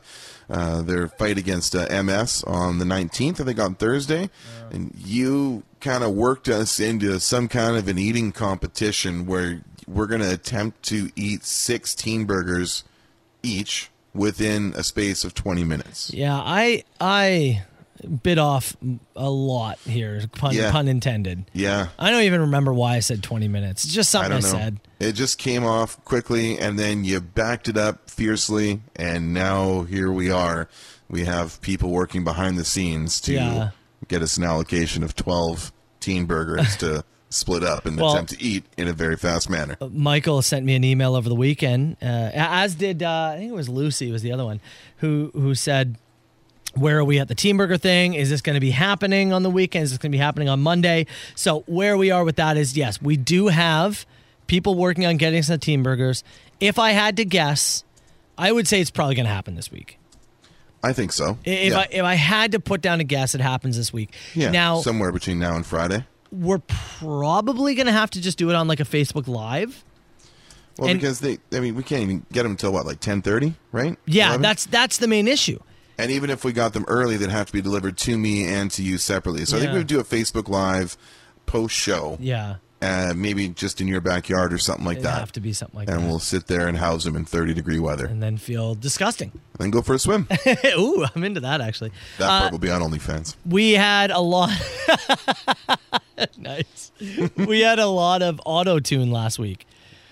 S7: uh, their fight against uh, MS on the nineteenth. I think on Thursday, and you kind of worked us into some kind of an eating competition where we're going to attempt to eat sixteen burgers each within a space of twenty minutes.
S6: Yeah, I I bit off a lot here, pun,
S7: Yeah.
S6: pun intended.
S7: Yeah,
S6: I don't even remember why I said 20 minutes. It's just
S7: I
S6: something I,
S7: don't know.
S6: said.
S7: It just came off quickly, and then you backed it up fiercely, and now here we are. We have people working behind the scenes to
S6: Yeah.
S7: get us an allocation of 12 teen burgers to split up and
S6: Well- uh,
S7: attempt to eat in a very fast manner.
S6: Michael sent me an email over the weekend, uh, as did uh, I think it was Lucy was the other one who who said, "Where are we at the team burger thing? Is this going to be happening on the weekend? Is this going to be happening on Monday?" So where we are with that is yes, we do have people working on getting some team burgers. If I had to guess, I would say it's probably going to happen this week.
S7: I think so.
S6: I- If
S7: yeah.
S6: I if I had to put down a guess, it happens this week.
S7: Yeah,
S6: Now
S7: somewhere between now and Friday.
S6: we're probably going to have to just do it on like a Facebook Live.
S7: Well,
S6: And-
S7: because they, I mean, we can't even get them till what, like 10:30, right?
S6: Yeah,
S7: 11?
S6: that's that's the main issue.
S7: And even if we got them early, they'd have to be delivered to me and to you separately. So I think
S6: Yeah.
S7: we would do a Facebook Live post show.
S6: Yeah.
S7: Uh, maybe just in your backyard or something like
S6: It'd
S7: that.
S6: have to be something like
S7: and
S6: that.
S7: we'll sit there and house them in 30 degree weather.
S6: And then feel disgusting. [laughs]
S7: then go for a swim. That
S6: Ooh, I'm into that actually.
S7: part
S6: Uh,
S7: will be on OnlyFans.
S6: we had a lot. [laughs] nice. we had a lot of auto tune last week.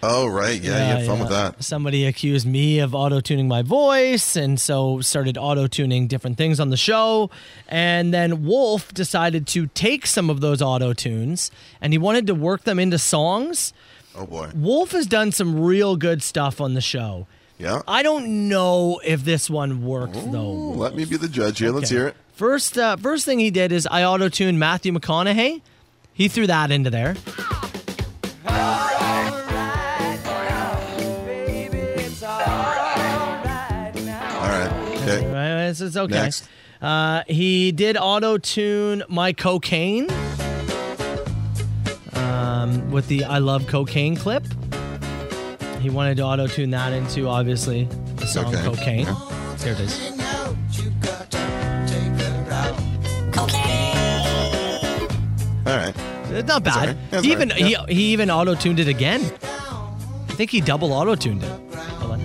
S7: Oh, right. Yeah, you had fun with that.
S6: Somebody accused me of auto tuning my voice, and so started auto tuning different things on the show. And then Wolf decided to take some of those auto tunes and he wanted to work them into songs.
S7: Oh, boy.
S6: Wolf has done some real good stuff on the show.
S7: Yeah.
S6: I don't know if this one worked though.
S7: Ooh, let me be the judge here. Let's
S6: Okay.
S7: hear it.
S6: First, uh, first thing he did is I auto tuned Matthew McConaughey. He threw that into there.
S7: All right. Okay.
S6: Right, it's, it's okay.
S7: Next.
S6: Uh, he did auto tune my cocaine um, with the I love cocaine clip. He wanted to auto tune that into obviously the song
S2: Okay,
S6: cocaine. Here it is.
S7: All right.
S6: It's not
S2: That's all right.
S6: bad.
S2: That's
S6: he
S2: all
S6: even
S2: right.
S6: he,
S2: Yeah.
S6: he even auto tuned it again. I think he double auto tuned it. Hold on. [laughs]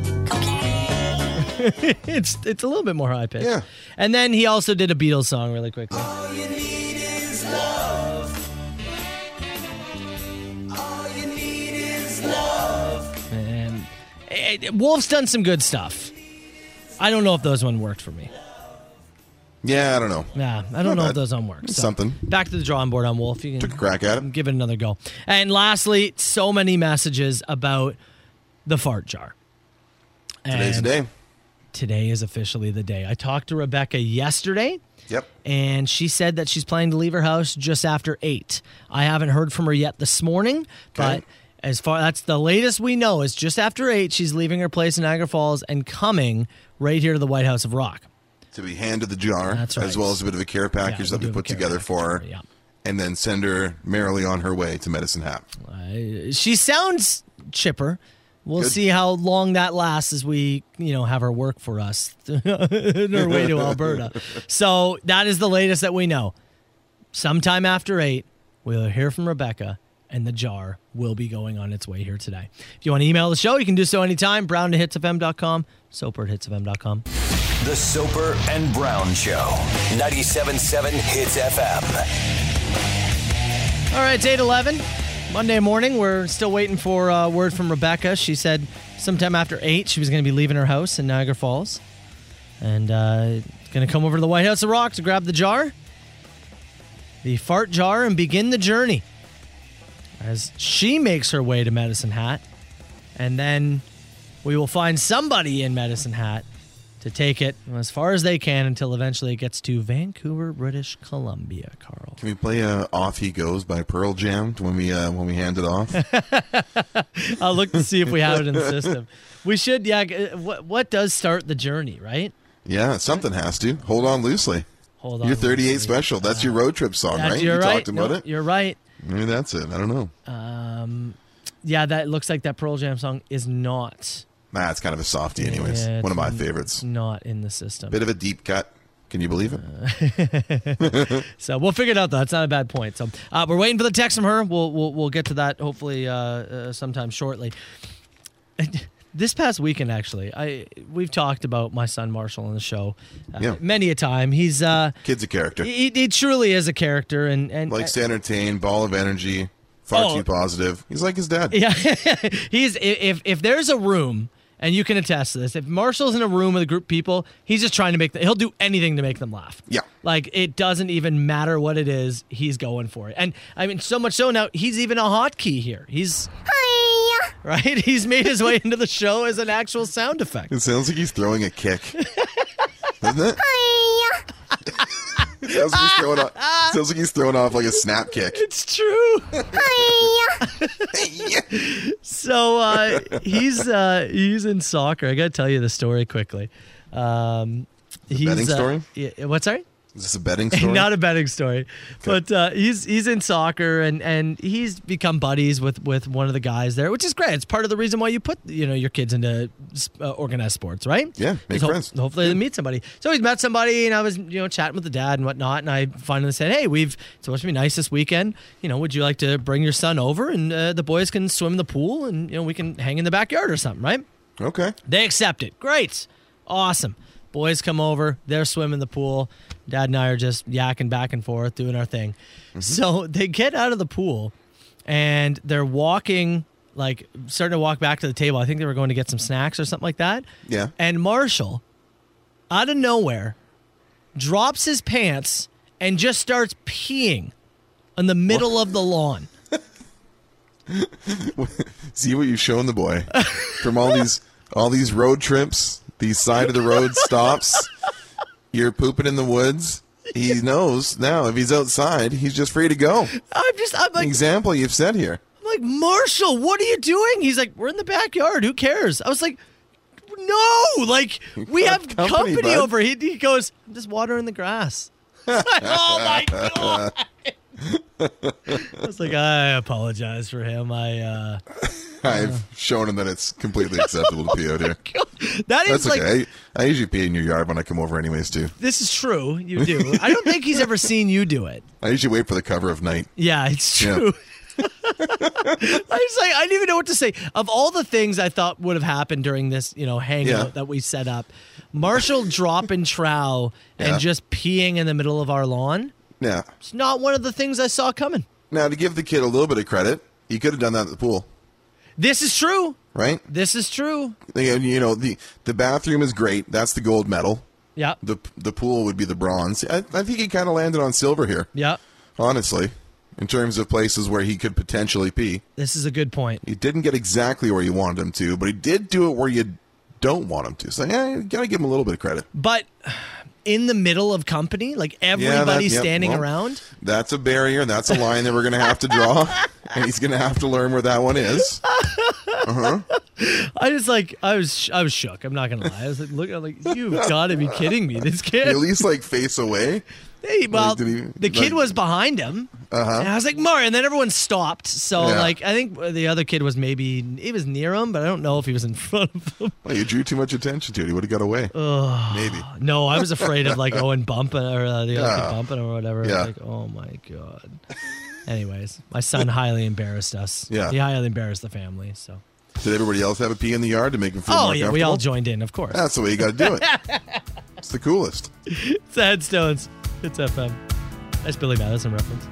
S6: it's it's a little bit more high pitched.
S2: Yeah.
S6: And then he also did a Beatles song really quickly. And eh, eh, Wolf's done some good stuff. I don't know if those one worked for me.
S7: Yeah, I don't know.
S6: Yeah, I don't know if those one worked. so.
S7: Something.
S6: Back to the drawing board on Wolf. You can Took a
S7: crack at it.
S6: Give it another go. And lastly, so many messages about the fart jar.
S7: Today's the
S6: And
S7: day.
S6: today is officially the day. I talked to Rebecca yesterday. Yep. And she said that she's planning to leave her house just after eight. I haven't heard from her yet this morning, but as far that's the latest we know is just after eight, she's leaving her place in Niagara Falls and coming right here to the White House of Rock.
S7: to be hand to the jar,
S6: That's right.
S7: as well as a bit of a care package that we put together for her, and then send her merrily on her way to Medicine Hat.
S6: I- she sounds chipper. We'll see how long that lasts as we, you know, have her work for us [laughs] on her way to Alberta. So that is the latest that we know. Sometime after eight, we'll hear from Rebecca, and the jar will be going on its way here today. If you want to email the show, you can do so anytime. Brown to hitsfm.com, soper at hitsfm.com.
S5: The Soper and Brown Show. 97.7 Hits FM.
S6: All right, it's 8 11, Monday morning. We're still waiting for a word from Rebecca. She said sometime after 8, she was going to be leaving her house in Niagara Falls and uh, going to come over to the White House of Rock to grab the jar, the fart jar, and begin the journey as she makes her way to Medicine Hat. And then we will find somebody in Medicine Hat to take it as far as they can until eventually it gets to Vancouver, British Columbia, Carl.
S7: Can we play uh, "Off He Goes" by Pearl Jam when we uh, when we hand it off?
S6: [laughs] I'll look to see if we have it in
S7: [laughs]
S6: the system. We should, yeah. g- uh, What what does start the journey, right?
S7: yeah, something has to. Hold on loosely.
S6: Hold on Uh,
S7: Your 38 special. That's your road trip song,
S6: That's-
S7: right?
S6: You're
S7: you
S6: right.
S7: talked about
S6: Nope,
S7: it.
S6: You're right.
S7: Maybe that's it. I don't know.
S6: Um, yeah, that looks like that Pearl Jam song is not
S7: Nah, it's kind of a softie, anyways.
S6: Yeah,
S7: One
S6: it's
S7: of my
S6: n- Uh,
S7: favorites.
S6: not in the system.
S7: Bit of a deep cut. Can you believe it?
S6: so we'll figure it out though. That's not a bad point. So uh, we're waiting for the text from her. We'll we'll, we'll get to that hopefully uh, uh, sometime shortly. [laughs] This past weekend, actually, I we've talked about my son Marshall on the show uh,
S7: Yeah.
S6: many a time. He's uh,
S7: Kid's a character.
S6: He, he truly is a character, and and
S7: Likes to entertain, ball of energy, far
S6: Oh.
S7: too positive. He's like his dad.
S6: Yeah, [laughs] he's i- if if there's a room, and you can attest to this. If Marshall's in a room with a group of people, he's just trying to make. The, he'll do anything to make them laugh.
S7: Yeah.
S6: like it doesn't even matter what it is. He's going for it, and I mean so much so now he's even a hotkey here. He's right. [laughs] He's made his way into the show as an actual sound effect.
S7: It sounds like he's throwing a kick.
S6: [laughs]
S7: Doesn't it? [laughs] it sounds, like he's throwing off, sounds like he's throwing off like a snap
S6: [laughs]
S7: kick.
S6: It's true. [laughs] so uh, he's uh, he's in soccer. I got to tell you the story quickly. Um, he's,
S7: betting
S6: uh,
S7: story?
S6: yeah, what's sorry?
S7: Is this a
S6: [laughs]
S7: betting story?
S6: Not a betting story, but uh, he's he's in soccer and, and he's become buddies with, with one of the guys there, which is great. It's part of the reason why you put you know your kids into uh, organized sports, right?
S7: Yeah, make
S6: Is ho-
S7: friends.
S6: hopefully they meet somebody. So he's met somebody, and I was you know chatting with the dad and whatnot, and I finally said, "Hey, we've it's supposed to be nice this weekend. You know, would you like to bring your son over and uh, the boys can swim in the pool and you know we can hang in the backyard or something, right?"
S7: Okay.
S6: They accept it. Great, awesome. Boys come over, they're swimming in the pool. Dad and I are just yakking back and forth, doing our thing. So [laughs] they get out of the pool and they're walking, like starting to walk back to the table. I think they were going to get some snacks or something like that.
S7: Yeah.
S6: And Marshall, out of nowhere, drops his pants and just starts peeing in the middle of the lawn.
S7: See what you've shown the boy from all these all these road trips, these side of
S6: [laughs]
S7: the road stops. You're pooping in the woods. He knows now if he's outside, he's just free to go.
S6: I'm just, I'm like,
S7: Example you've set here.
S6: I'm like, Marshall, what are you doing? He's like, we're in the backyard. Who cares? I was like, no, like we
S2: got
S6: have
S2: company,
S6: company,
S2: bud.
S6: over. He, he goes, I'm just watering the grass. [laughs] oh my god! I was like, I apologize for him. I uh,
S7: I've shown him that it's completely acceptable to pee
S6: [laughs]
S7: out here.
S6: that is
S7: That's
S6: like
S7: okay. I, I usually pee in your yard when I come over, anyways. Too.
S6: this is true. You do. I don't think he's ever seen you do it.
S7: I usually wait for the cover of night.
S6: Yeah, it's
S7: Yeah.
S6: true. [laughs] I was like, I didn't even know what to say. Of all the things I thought would have happened during this, you know, hangout
S7: Yeah.
S6: that we set up, Marshall
S7: [laughs]
S6: dropping trow and
S7: Yeah.
S6: just peeing in the middle of our lawn.
S7: Yeah.
S6: It's not one of the things I saw coming.
S7: Now to give the kid a little bit of credit, he could have done that at the pool,
S6: This is true.
S7: right?
S6: This is true.
S7: And, you know the the bathroom is great. That's the gold medal.
S6: Yeah.
S7: The the pool would be the bronze. I, I think he kind of landed on silver here.
S6: Yeah.
S7: Honestly, in terms of places where he could potentially pee,
S6: This is a good point.
S7: he didn't get exactly where you wanted him to, but he did do it where you don't want him to. So yeah, you gotta give him a little bit of credit.
S6: But in the middle of company, like
S7: Yeah, that-
S6: everybody
S7: yeah,
S6: standing
S7: well,
S6: around.
S7: That's a barrier. and That's a line that we're gonna have
S6: [laughs]
S7: to draw, and he's gonna have to learn where that one is. Uh-huh.
S6: I just like I was sh- I was shook. I'm not gonna lie. I was like, look, I'm like
S7: [laughs]
S6: you've got to be kidding me. This
S7: He
S6: kid.
S7: at least like face away.
S6: Hey, well,
S7: did he-
S6: the kid
S7: like-
S6: was behind him.
S7: Uh-huh.
S6: And I was like Mario, and then everyone stopped. So
S7: Yeah.
S6: like I think the other kid was maybe he was near him, but I don't know if he was in [laughs] front of him.
S7: Well, you drew too much attention to it. He would have got away.
S6: Ugh.
S7: Maybe.
S6: No, I was afraid of like Owen bumping or uh, the other
S7: Yeah.
S6: kid bumping or whatever. I was
S7: Yeah.
S6: Like, oh my god. Anyways, my son highly embarrassed us.
S7: Yeah.
S6: He highly embarrassed the family. So.
S7: Did everybody else have a pee in the yard to make him feel
S6: Oh
S7: more
S6: yeah, we all
S7: comfortable?
S6: joined in, of course.
S7: That's the way you got to do it. it's the coolest.
S6: it's the Headstones. It's FM. That's Billy Madison reference.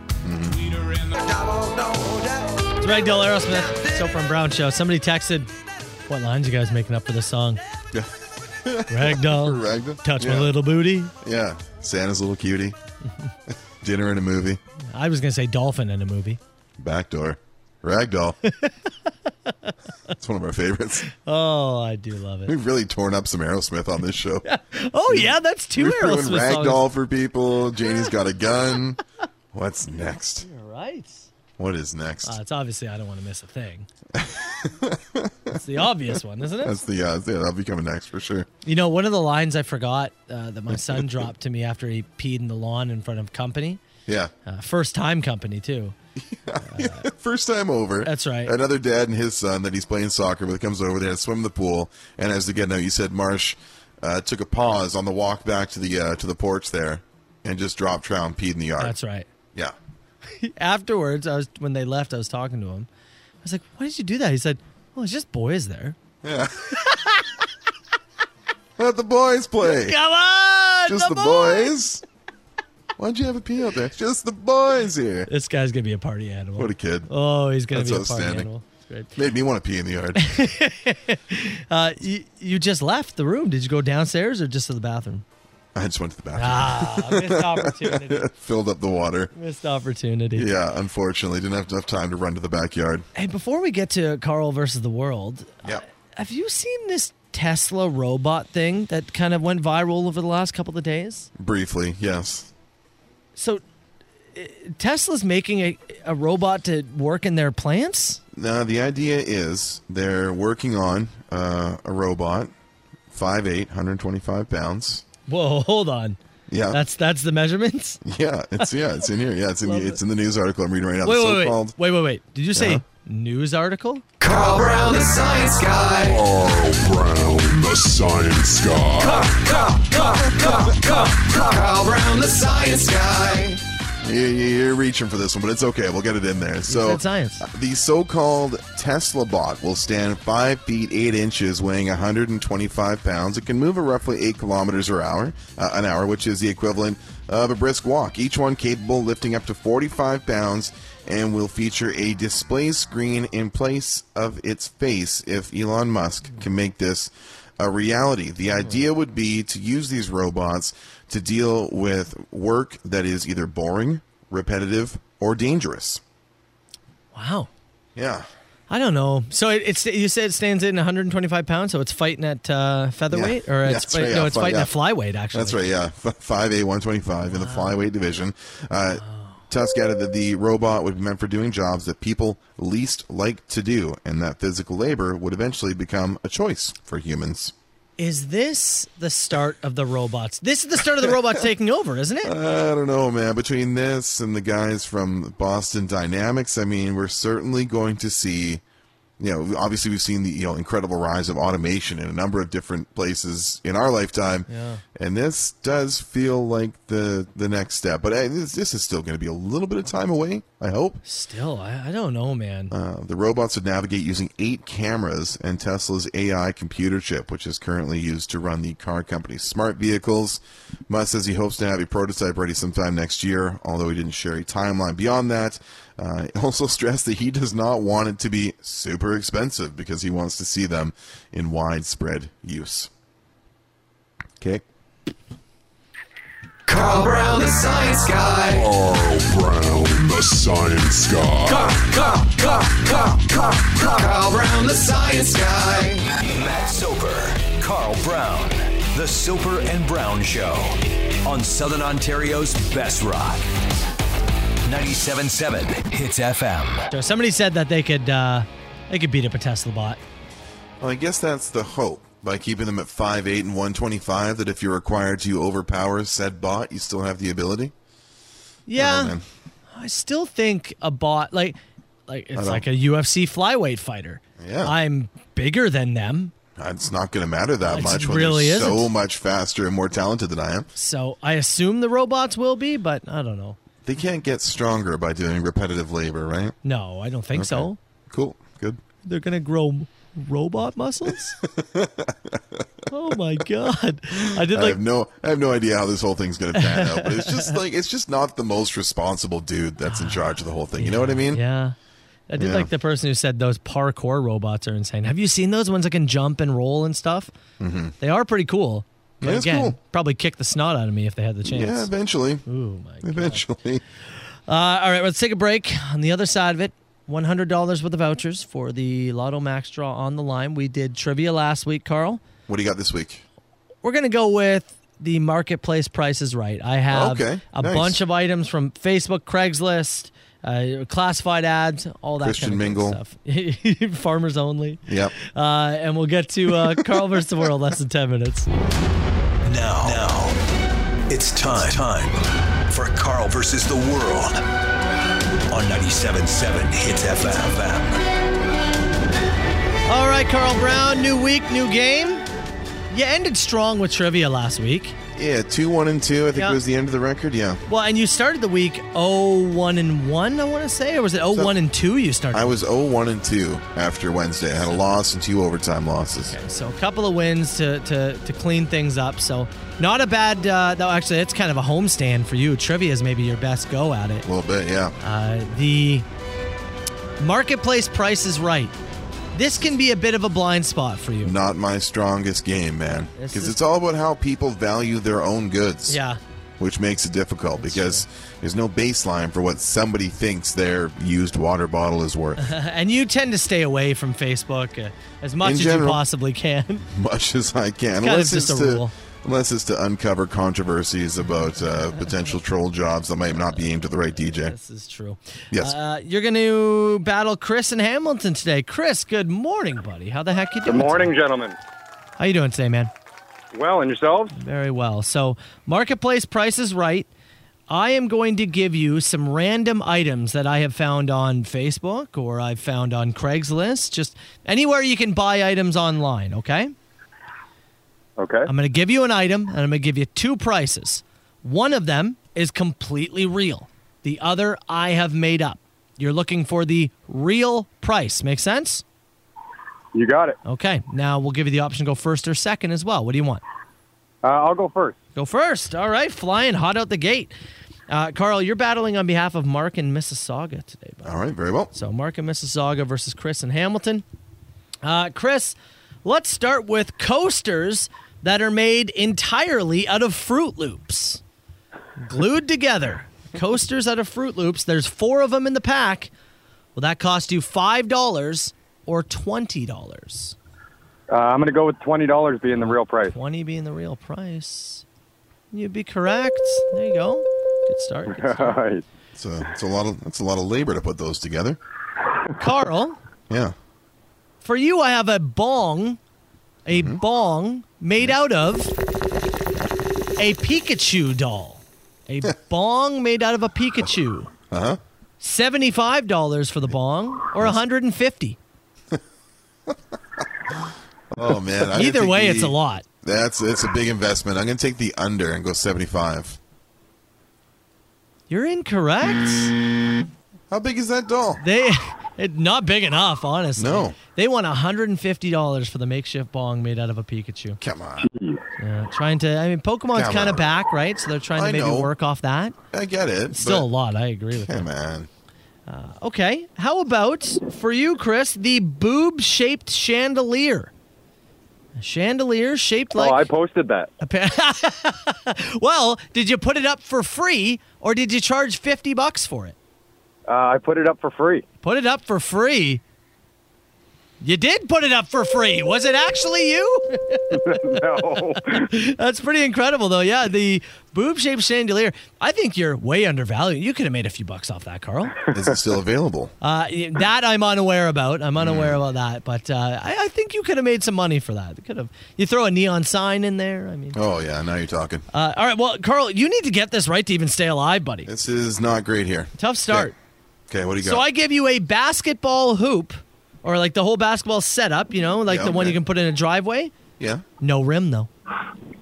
S6: It's Rag Del Aerosmith, Soper and Brown Show. Somebody texted, What lines you guys making up for this song? Ragdoll.
S7: Ragdoll.
S6: Touch my
S7: Yeah.
S6: little booty.
S7: Yeah. Santa's little
S6: [laughs]
S7: cutie. Dinner in a movie.
S6: I was going to say dolphin in a movie.
S7: Backdoor. Ragdoll. it's one of our favorites.
S6: Oh, I do love it.
S7: We've really torn up some Aerosmith on
S6: [laughs]
S7: this show.
S6: Oh, yeah, that's two
S7: We've
S6: arrows.
S7: ruined Ragdoll for people. Janie's got a gun. What's next?
S6: All right.
S7: What is next?
S6: Uh, it's obviously I don't want to miss a thing. it's the obvious one, isn't it?
S7: That's the uh, yeah. That'll be coming next for sure.
S6: You know, one of the lines I forgot uh, that my [laughs] son dropped to me after he peed in the lawn in front of company.
S7: Yeah.
S6: Uh, first time company, too.
S7: First time over.
S6: That's right.
S7: Another dad and his son that he's playing soccer with comes over. They had to swim in the pool, and as they're getting out, you said Marsh uh, took a pause on the walk back to the uh, to the porch there, and just dropped trout and peed in the yard.
S6: That's right.
S7: Yeah.
S6: Afterwards, I was when they left, I was talking to him. I was like, "Why did you do that?" He said, "Well, it's just boys there."
S7: Yeah. Let the boys play.
S6: Come on,
S7: Just the, boys. Why'd you have a pee out there? Just the boys here.
S6: This guy's gonna be a party animal.
S7: What a kid.
S6: Oh, he's gonna
S7: That's
S6: be a party
S7: outstanding.
S6: animal. It's
S7: Made me want to pee in the
S6: [laughs]
S7: yard.
S6: Uh, you, you just left the room. Did you go downstairs or just to the bathroom?
S7: I just went to the bathroom.
S6: Ah, missed opportunity.
S7: [laughs] Filled up the water.
S6: [laughs] Missed opportunity.
S7: Yeah, unfortunately, didn't have enough time to run to the backyard.
S6: Hey, before we get to Carl versus the world,
S7: Yeah.
S6: have you seen this Tesla robot thing that kind of went viral over the last couple of days?
S7: Briefly, yes.
S6: So uh, Tesla's making a, a robot to work in their plants?
S7: Now the idea is they're working on uh, a robot, 5'8", 125 pounds.
S6: Whoa, hold on.
S7: Yeah,
S6: That's that's the measurements?
S7: [laughs] yeah, it's yeah, it's in here. Yeah, it's in
S6: Love
S7: it's in the news article I'm reading right now.
S6: wait,
S7: the
S6: wait,
S7: so-called
S6: wait. Wait, wait, wait. Did you say
S7: Uh-huh.
S6: news article?
S2: Carl Brown, the science guy.
S14: Carl Brown, the science guy.
S2: Carl, Carl, Carl, Carl, Carl, Carl Brown, the science guy.
S7: You- you- You're reaching for this one, but it's okay. We'll get it in there. So
S6: said science.
S7: The so-called Tesla bot will stand five feet eight inches, weighing 125 pounds. It can move at roughly eight kilometers per hour, uh, an hour, which is the equivalent of a brisk walk. Each one capable of lifting up to 45 pounds, and will feature a display screen in place of its face if Elon Musk can make this a reality. The idea would be to use these robots to deal with work that is either boring, repetitive, or dangerous.
S6: Wow.
S7: Yeah.
S6: I don't know. So it, it's you said it stands in 125 pounds, so it's fighting at uh, featherweight, or
S7: Yeah,
S6: it's
S7: that's
S6: fight,
S7: right, yeah,
S6: no, it's
S7: fi-
S6: fighting
S7: yeah.
S6: at flyweight actually.
S7: That's right, yeah. F- 5A 125 in the flyweight division. Uh, Tusk added that the robot would be meant for doing jobs that people least like to do, and that physical labor would eventually become a choice for humans.
S6: Is this the start of the robots? This is the start of the
S7: [laughs]
S6: robots taking over, isn't it?
S7: I don't know, man. Between this and the guys from Boston Dynamics, I mean, we're certainly going to see. You know, obviously, we've seen the you know incredible rise of automation in a number of different places in our lifetime,
S6: Yeah.
S7: and this does feel like the the next step. But hey, this, this is still going to be a little bit of time away. I hope.
S6: Still, I, I don't know, man.
S7: Uh, the robots would navigate using eight cameras and Tesla's AI computer chip, which is currently used to run the car company's smart vehicles. Musk says he hopes to have a prototype ready sometime next year, although he didn't share a timeline beyond that. Uh, he [laughs] also stressed that he does not want it to be super expensive because he wants to see them in widespread use. Okay.
S2: Carl Brown, the science guy.
S5: Oh,
S14: Carl Brown, the science guy.
S2: Carl, Carl, Carl, Carl, Carl, Carl Brown, the science guy.
S5: Matt Soper, Carl Brown, The Soper and Brown Show on Southern Ontario's Best Rock. 97.7 Hits FM.
S6: So somebody said that they could uh, they could beat up a Tesla bot.
S7: Well, I guess that's the hope by keeping them at 5'8 and 125 that if you're required to overpower said bot, you still have the ability.
S6: Yeah, Um, I still think a bot like like
S7: I
S6: it's
S7: don't-
S6: like a UFC flyweight fighter.
S7: Yeah.
S6: I'm bigger than them,
S7: It's not going to matter that
S6: It's-
S7: much
S6: it
S7: when
S6: really
S7: they're so
S6: isn't.
S7: much faster and more talented than I am.
S6: so I assume the robots will be, but I don't know.
S7: They can't get stronger by doing repetitive labor, right?
S6: No, I don't think
S7: Okay.
S6: so.
S7: Cool. Good.
S6: They're gonna grow robot
S7: [laughs]
S6: muscles. oh my god! I did
S7: I
S6: like
S7: have no I have no idea how this whole thing's going to pan out, but it's just like it's just not the most responsible dude that's in charge of the whole thing. You know what I mean?
S6: Yeah. I did
S7: Yeah.
S6: like the person who said those parkour robots are insane. Have you seen those ones that can jump and roll and stuff?
S7: Mhm.
S6: They are pretty cool. But
S7: Yeah, it's
S6: again,
S7: cool.
S6: probably kick the snot out of me if they had the chance.
S7: Yeah, eventually.
S6: Ooh my
S7: Eventually.
S6: Uh, all right, let's take a break. On the other side of it, $100 worth of vouchers for the Lotto Max draw on the line. We did trivia last week, Carl.
S7: What do you got this week?
S6: We're going to go with the marketplace prices right. I have
S7: Okay,
S6: a
S7: nice.
S6: bunch of items from Facebook, Craigslist, uh, classified ads, all that
S7: Christian
S6: kind of
S7: Mingle.
S6: stuff. [laughs] Farmers only.
S7: Yep.
S6: Uh, and we'll get to uh, Carl versus the world less than 10 minutes.
S5: Now, now, it's time, time for Carl versus the world on 97.7 Hits FM.
S6: All right, Carl Brown, new week, new game. You ended strong with trivia last week.
S7: Yeah, 2 1 and 2, I think
S6: Yeah.
S7: was the end of the record. Yeah.
S6: Well, and you started the week 0 1 and 1, I want to say, or was it 0 1 and 2 you started?
S7: I was 0 1 and 2 after Wednesday. I had a loss and two overtime losses.
S6: So a couple of wins to, to, to clean things up. So not a bad, uh, though, actually, it's kind of a homestand for you. Trivia is maybe your best go at it.
S7: A little bit, yeah.
S6: Uh, the marketplace price is right. This can be a bit of a blind spot for you.
S7: Not my strongest game, man.
S6: This is-
S7: Because it's all about how people value their own goods.
S6: Yeah.
S7: Which makes it difficult because there's no baseline for what somebody thinks their used water bottle is worth.
S6: [laughs]
S7: [laughs]
S6: and you tend to stay away from Facebook uh, as much
S7: In
S6: as you
S7: general.
S6: possibly can. [laughs]
S7: much as I can.
S6: kind of just a
S7: to,
S6: rule.
S7: Unless it's to uncover controversies
S6: [laughs]
S7: about uh, potential troll jobs that might not be aimed at the right DJ.
S6: This is true.
S7: Yes.
S6: Uh, you're going to battle Chris and Hamilton today. Chris, good morning, buddy. How the heck you doing?
S15: Good morning,
S6: today?
S15: gentlemen.
S6: How you doing today, man?
S15: Well, and yourselves?
S6: Very well. So, marketplace price is right. I am going to give you some random items that I have found on Facebook or I've found on Craigslist, just anywhere you can buy items online, okay?
S15: Okay.
S6: I'm going to give you an item and I'm going to give you two prices. One of them is completely real, the other I have made up. You're looking for the real price. Make sense?
S15: You got it.
S6: Okay. Now we'll give you the option to go first or second as well. What do you want?
S15: Uh, I'll go first.
S6: Go first. All right. Flying hot out the gate. Uh, Carl, you're battling on behalf of Mark and Mississauga today. Bud.
S7: All right, very well.
S6: So Mark and Mississauga versus Chris and Hamilton. Uh, Chris, let's start with coasters that are made entirely out of Fruit Loops, glued together. Coasters out of Fruit Loops. There's four of them in the pack. Will that cost you five dollars or twenty dollars?
S15: Uh, I'm going to go with $20 being the
S12: [laughs]
S15: real price.
S6: 20 being the real price. You'd be correct. There you go. Good start. Good start.
S7: It's a, it's a lot of it's a lot of labor to put those together.
S6: Carl,
S7: Yeah.
S6: for you, I have a bong, a
S7: Mm-hmm.
S6: bong made out of a Pikachu doll.
S7: [laughs]
S6: A bong made out of a Pikachu.
S7: Uh huh.
S6: Seventy-five dollars for the bong, or one hundred and fifty. [laughs]
S7: Oh man. I'm gonna
S6: Either
S7: take
S6: way,
S7: the-
S6: it's a lot.
S7: That's it's a big investment. I'm going to take the under and go 75.
S6: You're incorrect.
S7: How big is that doll?
S6: They, [laughs] it, not big enough, honestly.
S7: No.
S6: They want $150 for the makeshift bong made out of a Pikachu.
S7: Come on.
S6: Mm-hmm. Yeah, trying to, I mean, Pokemon's
S7: Come
S6: kind
S7: on.
S6: of back, right? So they're trying to
S7: I
S6: maybe
S7: know.
S6: work off that.
S7: I get it.
S6: Still a
S7: but-
S6: lot. I agree with
S7: Come on.
S6: Okay. How about for you, Chris, the boob shaped chandelier? A chandelier shaped like.
S15: oh, I posted that.
S6: well, did you put it up for free or did you charge 50 bucks for it? [laughs]
S15: Uh, I put it up for free.
S6: Put it up for free. You did put it up for free. Was it actually you?
S15: [laughs] no.
S6: That's pretty incredible, though. Yeah, the boob shaped chandelier. I think you're way undervalued. You could have made a few bucks off that, Carl.
S7: Is it still available?
S6: [laughs] Uh, that I'm unaware about. I'm unaware about that, but uh, I, I think you could have made some money for that. You could have. You throw a neon sign in there. I mean.
S7: Oh yeah, now you're talking.
S6: Uh, all right, well, Carl, you need to get this right to even stay alive, buddy.
S7: This is not great here.
S6: Tough start.
S7: Okay, what do you got?
S6: So I give you a basketball hoop, or like the whole basketball setup. You know, like
S7: Yeah,
S6: the one
S7: okay.
S6: you can put in a driveway.
S7: yeah,
S6: No rim though.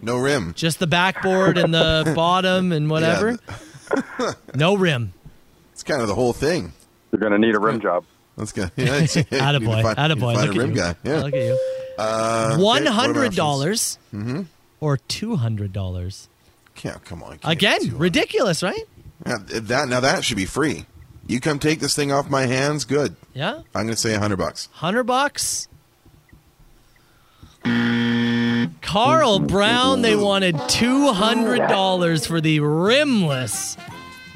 S7: no rim.
S6: Just the backboard and
S7: [laughs]
S6: the bottom and whatever. no rim.
S7: It's kind of the whole thing.
S15: You're gonna need a rim job.
S7: Let's go. [laughs] Yeah, it's- [laughs] you need
S6: [laughs]
S7: to
S6: Attaboy,
S7: find- you
S6: attaboy,
S7: Find
S6: look at
S7: a rim
S6: you.
S7: guy. Yeah.
S6: Look at you. One
S7: Uh, okay, what are my
S6: hundred
S7: options? Mm-hmm.
S6: dollars or two hundred dollars.
S7: Yeah, come on.
S6: Again, ridiculous, right?
S7: Now, that now that should be free. You come take this thing off my hands. Good.
S6: Yeah,
S7: I'm going to say a hundred bucks.
S6: hundred bucks. Carl Brown, they wanted two hundred dollars for the rimless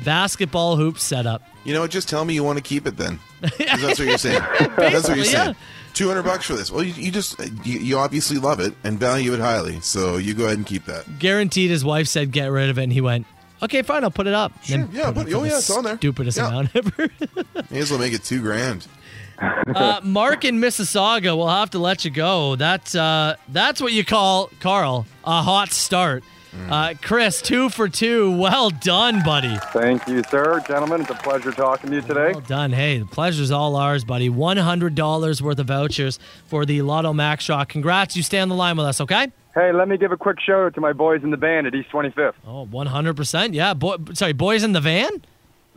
S6: basketball hoop setup.
S7: You know, what? just tell me you want to keep
S6: [laughs]
S7: it then. 'Cause That's what you're saying. that's what
S6: Basically,
S7: you're
S6: yeah.
S7: saying. Two hundred bucks for this. Well, you, you just you, you obviously love it and value it highly, so you go ahead and keep that.
S6: Guaranteed, his wife said get rid of it, and he went, "Okay, fine, I'll put it up." Sure,
S7: yeah, but- oh, yeah, it's on there.
S6: Stupidest
S7: Yeah.
S6: amount ever.
S7: [laughs] May as well make it two grand.
S6: uh, Mark in Mississauga, we'll have to let you go. That's uh, that's what you call Carl a hot start.
S7: Mm.
S6: Uh, Chris, two for two. Well done, buddy.
S15: Thank you, sir, gentlemen. It's a pleasure talking to you today.
S6: Well done. Hey, the pleasure's all ours, buddy. One hundred dollars worth of vouchers for the Lotto Max Shot. Congrats. You stay on the line with us, okay?
S15: Hey, let me give a quick shout out to my boys in the band at East 25th.
S6: Oh, one hundred percent. Yeah. Boy, sorry, boys in the van.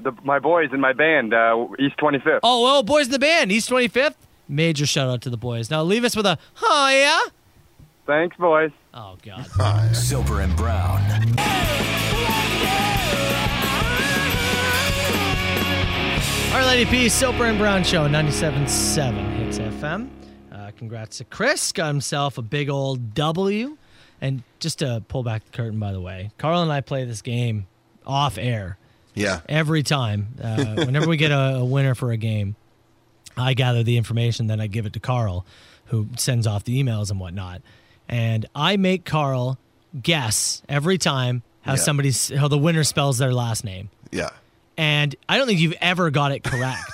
S15: The, my boys in my band, uh, East 25th.
S6: Oh, well, boys in the band. East twenty fifth. Major shout out to the boys. Now leave us with a oh yeah.
S15: Thanks, boys.
S6: Oh [laughs] God.
S5: Soper and Brown.
S6: Our Lady P, Soper and Brown Show, 97.7 Hits FM. Uh, congrats to Chris, got himself a big old W. And just to pull back the curtain, by the way, Carl and I play this game off air
S7: Yeah.
S6: every time. Uh, whenever we get a, a winner for a game, I gather the information, then I give it to Carl, who sends off the emails and whatnot. And I make Carl guess every time how
S7: Yeah.
S6: somebody's how the winner spells their last name.
S7: Yeah. [laughs]
S6: And I don't think you've ever got it correct.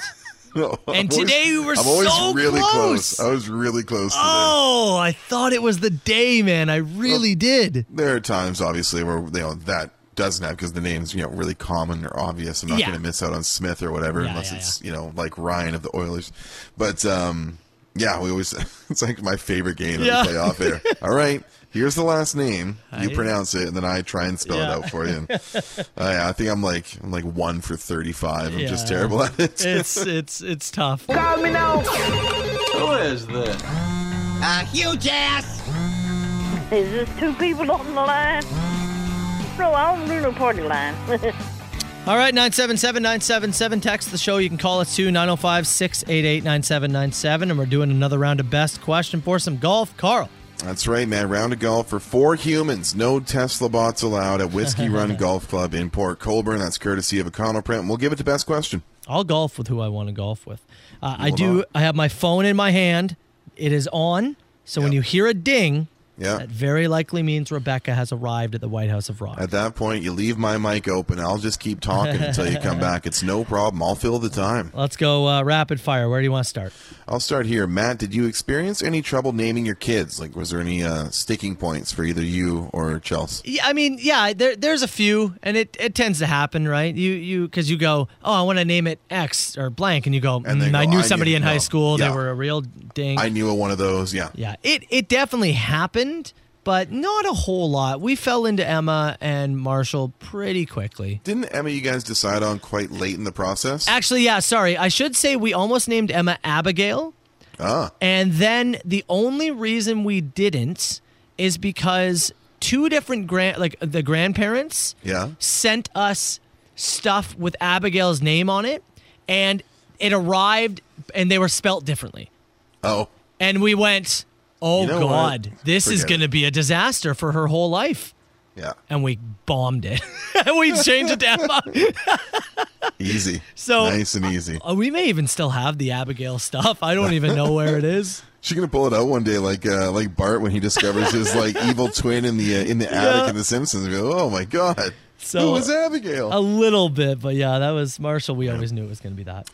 S7: No, I'm
S6: And today we were
S7: I'm always
S6: so
S7: really
S6: close.
S7: close. I was really close.
S6: [laughs]
S7: to this.
S6: oh, I thought it was the day, man. I really did.
S7: There are times, obviously, where you know that doesn't happen because the name's you know really common or obvious. I'm not
S6: Yeah.
S7: going to miss out on Smith or whatever
S6: Yeah,
S7: unless
S6: yeah,
S7: it's you know like Ryan of the Oilers. But um, yeah, we always [laughs] it's like my favorite game that
S6: Yeah.
S7: we play
S6: [laughs]
S7: off air. All right, here's the last name. You
S6: I-
S7: pronounce it, and then I try and spell
S6: Yeah.
S7: it out for you. And, uh, yeah, I think I'm like I'm like one for thirty-five. I'm just
S6: Yeah.
S7: terrible at it.
S6: It's it's it's tough.
S2: Call me now. Who is this?
S1: A huge ass! Is this two people on the line? No, I don't do no party line. [laughs]
S6: All right, 977 977. Text the show. You can call us too, 905 688 9797. And we're doing another round of best question for some golf. Carl.
S7: That's right, man. Round of golf for four humans. No Tesla bots allowed at Whiskey
S6: [laughs]
S7: Run Golf Club in Port Colborne. That's courtesy of Econoprint. And we'll give it to best question.
S6: I'll golf with who I want to golf with. Uh, I
S7: will
S6: do.
S7: not.
S6: I have my phone in my hand. It is on. So when you hear a ding,
S7: Yeah.
S6: that very likely means Rebecca has arrived at the White House of Rock.
S7: At that point, you leave my mic open. I'll just keep talking until you come back. It's no problem. I'll fill the time.
S6: Let's go uh, rapid fire. Where do you want to start?
S7: I'll start here. Matt, did you experience any trouble naming your kids? Like, was there any uh, sticking points for either you or Chelsea?
S6: Yeah, I mean, yeah, there, there's a few, and it, it tends to happen, right? You you because you go, oh, I want to name it X or blank, and you go,
S7: And they
S6: "Mm,
S7: go,
S6: I knew
S7: I
S6: somebody
S7: knew-
S6: in high
S7: no,
S6: school.
S7: yeah.
S6: They were a real ding.
S7: I knew a one of those. Yeah.
S6: yeah, it it definitely happened, but not a whole lot. We fell into Emma and Marshall pretty quickly.
S7: Didn't Emma you guys decide on quite late in the process?
S6: Actually, yeah, sorry, I should say we almost named Emma Abigail.
S7: Ah,
S6: And then the only reason we didn't is because two different grand like the grandparents
S7: yeah.
S6: sent us stuff with Abigail's name on it and it arrived and they were spelt differently.
S7: Oh,
S6: And we went, "Oh
S7: You know
S6: god,
S7: what?
S6: this is
S7: Forget
S6: going to be a disaster for her whole life."
S7: Yeah.
S6: and we bombed it. [laughs] we changed it Uh, to
S7: Easy.
S6: So-
S7: nice and easy.
S6: Emma. we may even still have the Abigail stuff. I don't even know where it is.
S7: She's gonna pull it out one day, like uh, like Bart when he discovers
S6: [laughs]
S7: his like evil twin in the uh, in the attic
S6: Yeah.
S7: in The Simpsons. He'll be like, oh my god,
S6: So
S7: who was Abigail?
S6: A little bit, but yeah, that was Marshall. We always knew it was going to be that.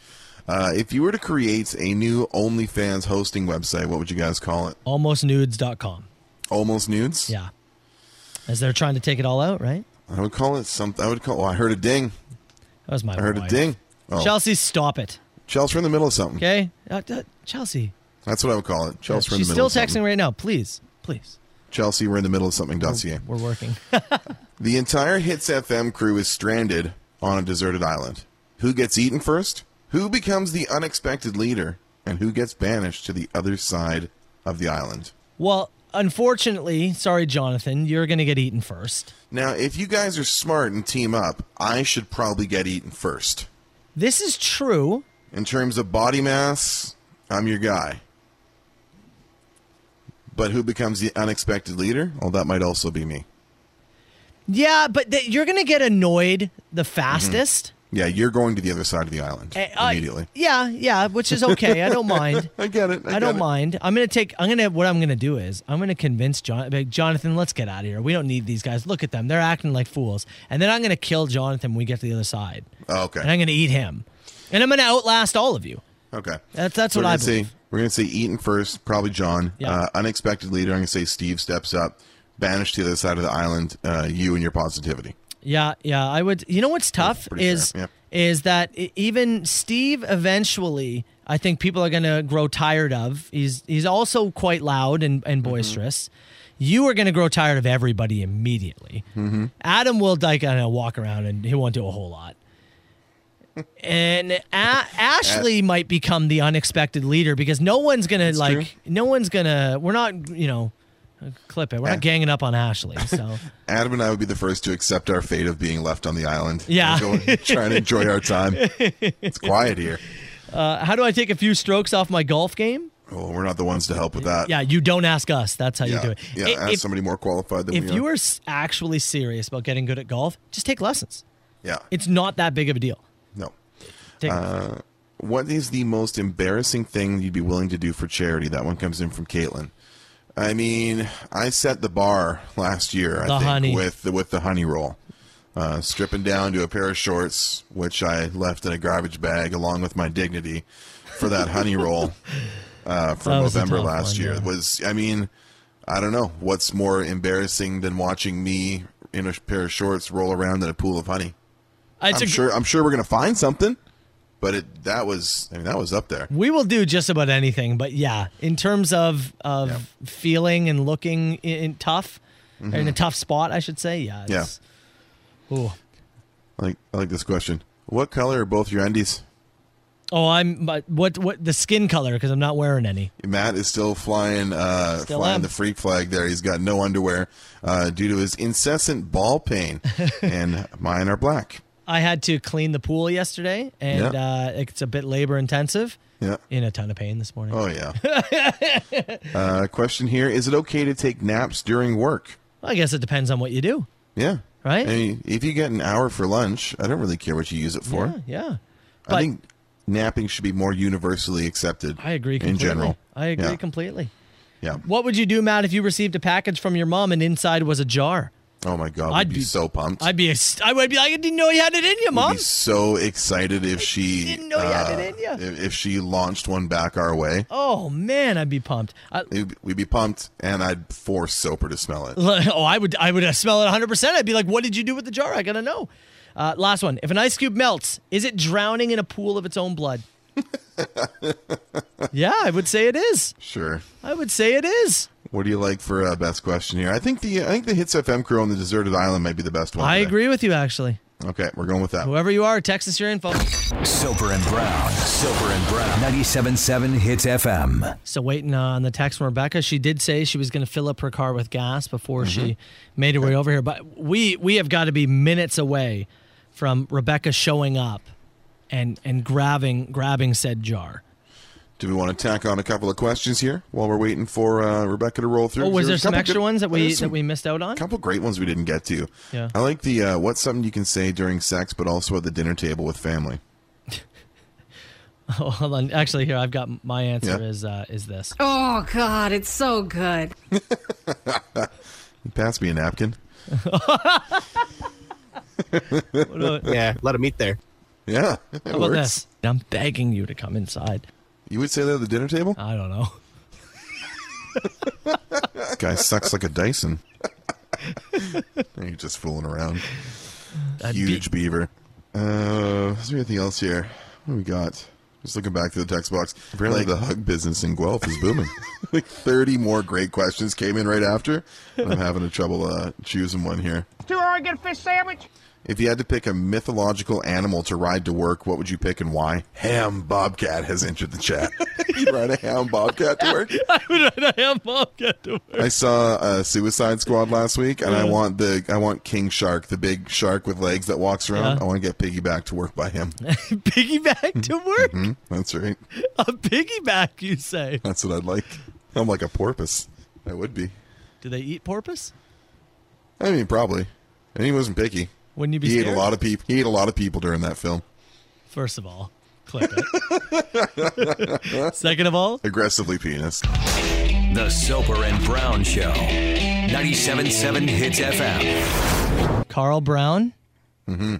S7: Uh, if you were to create a new OnlyFans hosting website, what would you guys call it?
S6: Almostnudes.com.
S7: Almost nudes.
S6: Yeah. As they're trying to take it all out, right?
S7: I would call it something. I would call. Oh, I heard a ding.
S6: That was my.
S7: I heard
S6: wife.
S7: a ding. Oh.
S6: Chelsea, stop it.
S7: Chelsea, we're in the middle of something.
S6: Okay. Uh, uh, Chelsea.
S7: That's what I would call it. Chelsea, we're in
S6: She's
S7: the middle
S6: still
S7: of something.
S6: texting right now. Please. Please.
S7: Chelsea, we're in the middle of something. Dossier.
S6: We're working.
S7: The entire Hits FM crew is stranded on a deserted island. Who gets eaten first? Who becomes the unexpected leader? And who gets banished to the other side of the island?
S6: Well, unfortunately, sorry, Jonathan, you're going to get eaten first.
S7: Now, if you guys are smart and team up, I should probably get eaten first.
S6: This is true.
S7: In terms of body mass, I'm your guy. But who becomes the unexpected leader? Well, that might also be me.
S6: Yeah, but th- you're going to get annoyed
S7: Mm-hmm.
S6: the fastest.
S7: Yeah, you're going to the other side of the island
S6: Eh, I-
S7: immediately.
S6: Yeah, yeah, which is okay. I don't mind.
S7: I get it.
S6: I, don't mind. I'm gonna take. I'm gonna. What I'm gonna do is I'm gonna convince John. like, Jonathan, let's get out of here. We don't need these guys. Look at them. They're acting like fools. And then I'm gonna kill Jonathan when we get to the other side.
S7: Oh, okay.
S6: And I'm gonna eat him. And I'm gonna outlast all of you.
S7: Okay.
S6: That's that's
S7: So
S6: what
S7: we're
S6: I
S7: gonna
S6: believe.
S7: Say, we're going to say Eaton first, probably John.
S6: Yeah.
S7: Uh, unexpected leader. I'm going to say Steve steps up, banished to the other side of the island. Uh, you and your positivity.
S6: Yeah, yeah. I would. You know what's tough
S7: pretty
S6: is
S7: fair,
S6: is that e- even Steve eventually, I think people are gonna grow tired of. He's he's also quite loud and and
S7: Mm-hmm.
S6: boisterous. You are gonna grow tired of everybody immediately.
S2: Mm-hmm.
S6: Adam will like I don't know, walk around and he won't do a whole
S7: [laughs]
S6: lot. And a- Ashley might become the unexpected leader because no one's gonna like no one's gonna we're not you know clip it we're
S7: Yeah.
S6: not ganging up on Ashley
S7: [laughs]
S6: so
S7: Adam and I would be the first to accept our fate of being left on the island.
S6: Yeah.
S7: We're going- [laughs] trying to enjoy
S6: [laughs]
S7: our time. It's quiet here.
S6: uh, how do I take a few strokes off my golf game?
S7: Oh, we're not the ones to help with that.
S6: Yeah, you don't ask us. That's how you
S7: Yeah.
S6: do it.
S7: Yeah,
S6: I-
S7: ask
S6: if
S7: somebody more qualified than
S6: if
S7: we
S6: you
S7: are.
S6: are s- actually serious about getting good at golf, just take lessons.
S7: Yeah.
S6: It's not that big of a deal.
S7: No.
S6: Take-
S7: Uh, what is the most embarrassing thing you'd be willing to do for charity? That one comes in from Caitlin. I mean, I set the bar last year. I
S6: The
S7: think,
S6: honey.
S7: with the, with the honey roll, uh, stripping down to a pair of shorts, which I left in a garbage bag along with my dignity, for that
S6: [laughs]
S7: honey roll uh, from
S6: That was a
S7: November
S6: tough
S7: last
S6: one,
S7: year.
S6: yeah.
S7: Was I mean, I don't know what's more embarrassing than watching me in a pair of shorts roll around in a pool of honey.
S6: It's
S7: I'm
S6: a-
S7: sure I'm sure we're gonna find something, but it that was I mean that was up there.
S6: We will do just about anything, but yeah, in terms of of feeling and looking in, in tough, or in a
S7: Mhm.
S6: tough spot, I should say. Yeah.
S7: Yeah.
S6: it's- Ooh.
S7: I like I like this question. What color are both your undies?
S6: Oh, I'm. But what what the skin color? Because I'm not wearing any.
S7: Matt is still flying uh,
S6: Still
S7: flying
S6: am.
S7: the freak flag there. He's got no underwear uh, due to his incessant
S6: [laughs]
S7: ball pain, and mine are black.
S6: I had to clean the pool yesterday, and
S7: Yeah.
S6: uh, it's a bit labor intensive.
S7: Yeah.
S6: In a ton of pain this morning.
S7: Oh
S6: [laughs]
S7: yeah. uh, question here: Is it okay to take naps during work?
S6: I guess it depends on what you do.
S7: Yeah.
S6: Right?
S7: I mean, if you get an hour for lunch, I don't really care what you use it for.
S6: Yeah.
S7: I think napping should be more universally accepted.
S6: I agree
S7: in
S6: completely.
S7: general.
S6: I agree
S7: Yeah.
S6: completely.
S7: Yeah.
S6: What would you do, Matt, if you received a package from your mom and inside was a jar?
S7: Oh my god,
S6: I'd
S7: I'd be,
S6: be-
S7: so pumped.
S6: I'd be, ex- I would be, I didn't know you had it in you,
S7: I'd
S6: mom.
S7: be so excited if she
S6: didn't know you had it
S7: uh,
S6: in ya.
S7: If, if she launched one back our way.
S6: Oh man, I'd be pumped. I,
S7: It'd be- We'd be pumped, and I'd force Soper to smell it.
S6: oh, I would, I would uh, smell it 100. percent I'd be like, what did you do with the jar? I gotta know. Uh, last one. If an ice cube melts, is it drowning in a pool of its own
S7: [laughs]
S6: blood? yeah, I would say it is.
S7: Sure.
S6: I would say it is.
S7: What do you like for uh, best question here? I think the I think the Hits FM crew on the deserted island might be the best one.
S6: I
S7: today.
S6: agree with you, actually.
S7: Okay, we're going with that.
S6: Whoever you are, text us your info.
S5: Soper and Brown. Soper and Brown. 97.7 Hits FM.
S6: So waiting on the text from Rebecca. She did say she was going to fill up her car with gas before she
S7: Mm-hmm.
S6: made her way over here. But we we have got to be minutes away from Rebecca showing up and and grabbing grabbing said jar.
S7: Do we want to tack on a couple of questions here while we're waiting for uh, Rebecca to roll through?
S6: Oh, was there
S7: a
S6: some
S7: couple
S6: extra
S7: good-
S6: ones that
S7: there's
S6: we that
S7: some
S6: we missed out on?
S7: couple great ones we didn't get to.
S6: Yeah.
S7: I like the uh, what's something you can say during sex, but also at the dinner table with family.
S6: Oh, [laughs] hold on. Actually, here I've got my answer
S7: Yeah.
S6: is uh, is this.
S4: Oh God, it's so good.
S7: Pass me a napkin.
S16: yeah, let him eat there.
S7: Yeah. it
S6: How about
S7: works.
S6: this? I'm begging you to come inside.
S7: You would say that at the dinner table?
S6: I don't know. [laughs]
S7: This guy sucks like
S6: [laughs]
S7: a Dyson. You're just fooling around.
S6: [laughs]
S7: Huge beaver. Uh, is there anything else here? What do we got? Just looking back through the text box. Apparently, the hug business in Guelph is booming. [laughs] like 30 more great questions came in right after. and I'm having a trouble uh, choosing one here.
S3: Two Oregon fish sandwich.
S7: If you had to pick a mythological animal to ride to work, what would you pick and why? Ham Bobcat has entered the chat. [laughs] You'd ride a ham bobcat to work?
S6: I would ride a ham bobcat to work.
S7: I saw uh, Suicide Squad last week,
S6: Uh-huh.
S7: and I want the I want King Shark, the big shark with legs that walks around.
S6: Yeah.
S7: I want to get piggyback to work
S6: [laughs]
S7: by him.
S6: Piggyback to work?
S7: hmm That's right.
S6: A piggyback, you say?
S7: That's what I'd like. I'm like a porpoise. I would be.
S6: Do they eat porpoise?
S7: I mean, probably. And he wasn't picky.
S6: Wouldn't you be
S7: He ate
S6: scared?
S7: a lot of people. He ate a lot of people during that film.
S6: First of all, click it. [laughs] Second of all,
S7: aggressively penis.
S5: The Soper and Brown Show. 97.7 Hits FM.
S6: Carl Brown.
S7: Mm-hmm.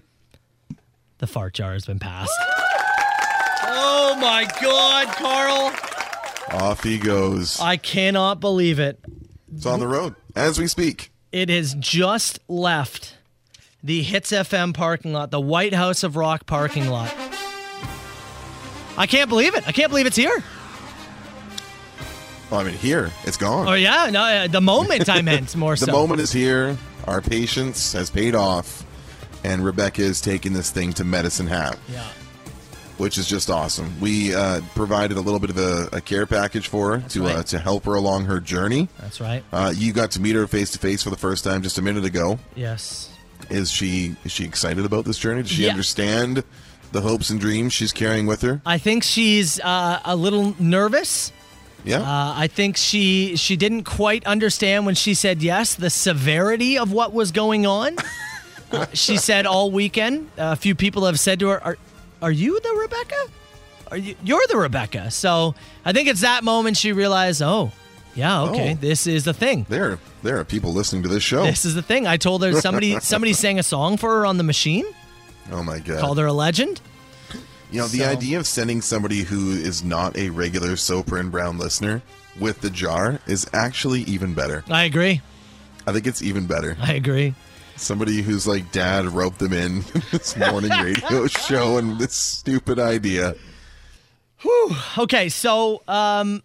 S6: The fart jar has been passed. oh my God, Carl!
S7: Off he goes.
S6: I cannot believe it.
S7: It's on the road as we speak.
S6: It has just left the Hits FM parking lot, the White House of Rock parking lot. I can't believe it. I can't believe it's here.
S7: Well, I mean, here it's gone.
S6: Oh yeah, no, uh, the moment I meant more
S7: [laughs] the
S6: so.
S7: moment is here. Our patience has paid off, and Rebecca is taking this thing to Medicine Hat.
S6: Yeah.
S7: Which is just awesome. We uh, provided a little bit of a, a care package for her to uh,
S6: right.
S7: to help her along her journey.
S6: That's right.
S7: Uh, you got to meet her face to face for the first time just a minute ago.
S6: Yes.
S7: Is she is she excited about this journey? Does she
S6: Yeah.
S7: understand the hopes and dreams she's carrying with her?
S6: I think she's uh, a little nervous.
S7: Yeah.
S6: Uh, I think she she didn't quite understand when she said yes the severity of what was going on. Uh, she said all weekend. uh, a few people have said to her, "Are are you the Rebecca? Are you you're the Rebecca?" So I think it's that moment she realized, "Oh, yeah, okay,
S7: Oh.
S6: this is the thing."
S7: There there are people listening to this show.
S6: This is the thing. I told her somebody somebody sang a song for her on the machine.
S7: oh my god.
S6: Called her a legend.
S7: You know, the
S6: So-
S7: idea of sending somebody who is not a regular Soper and Brown listener with the jar is actually even better.
S6: I agree.
S7: I think it's even better.
S6: I agree.
S7: Somebody who's like dad roped them in [laughs] this morning
S6: [laughs]
S7: radio show and this stupid idea.
S6: Whew. Okay, so um,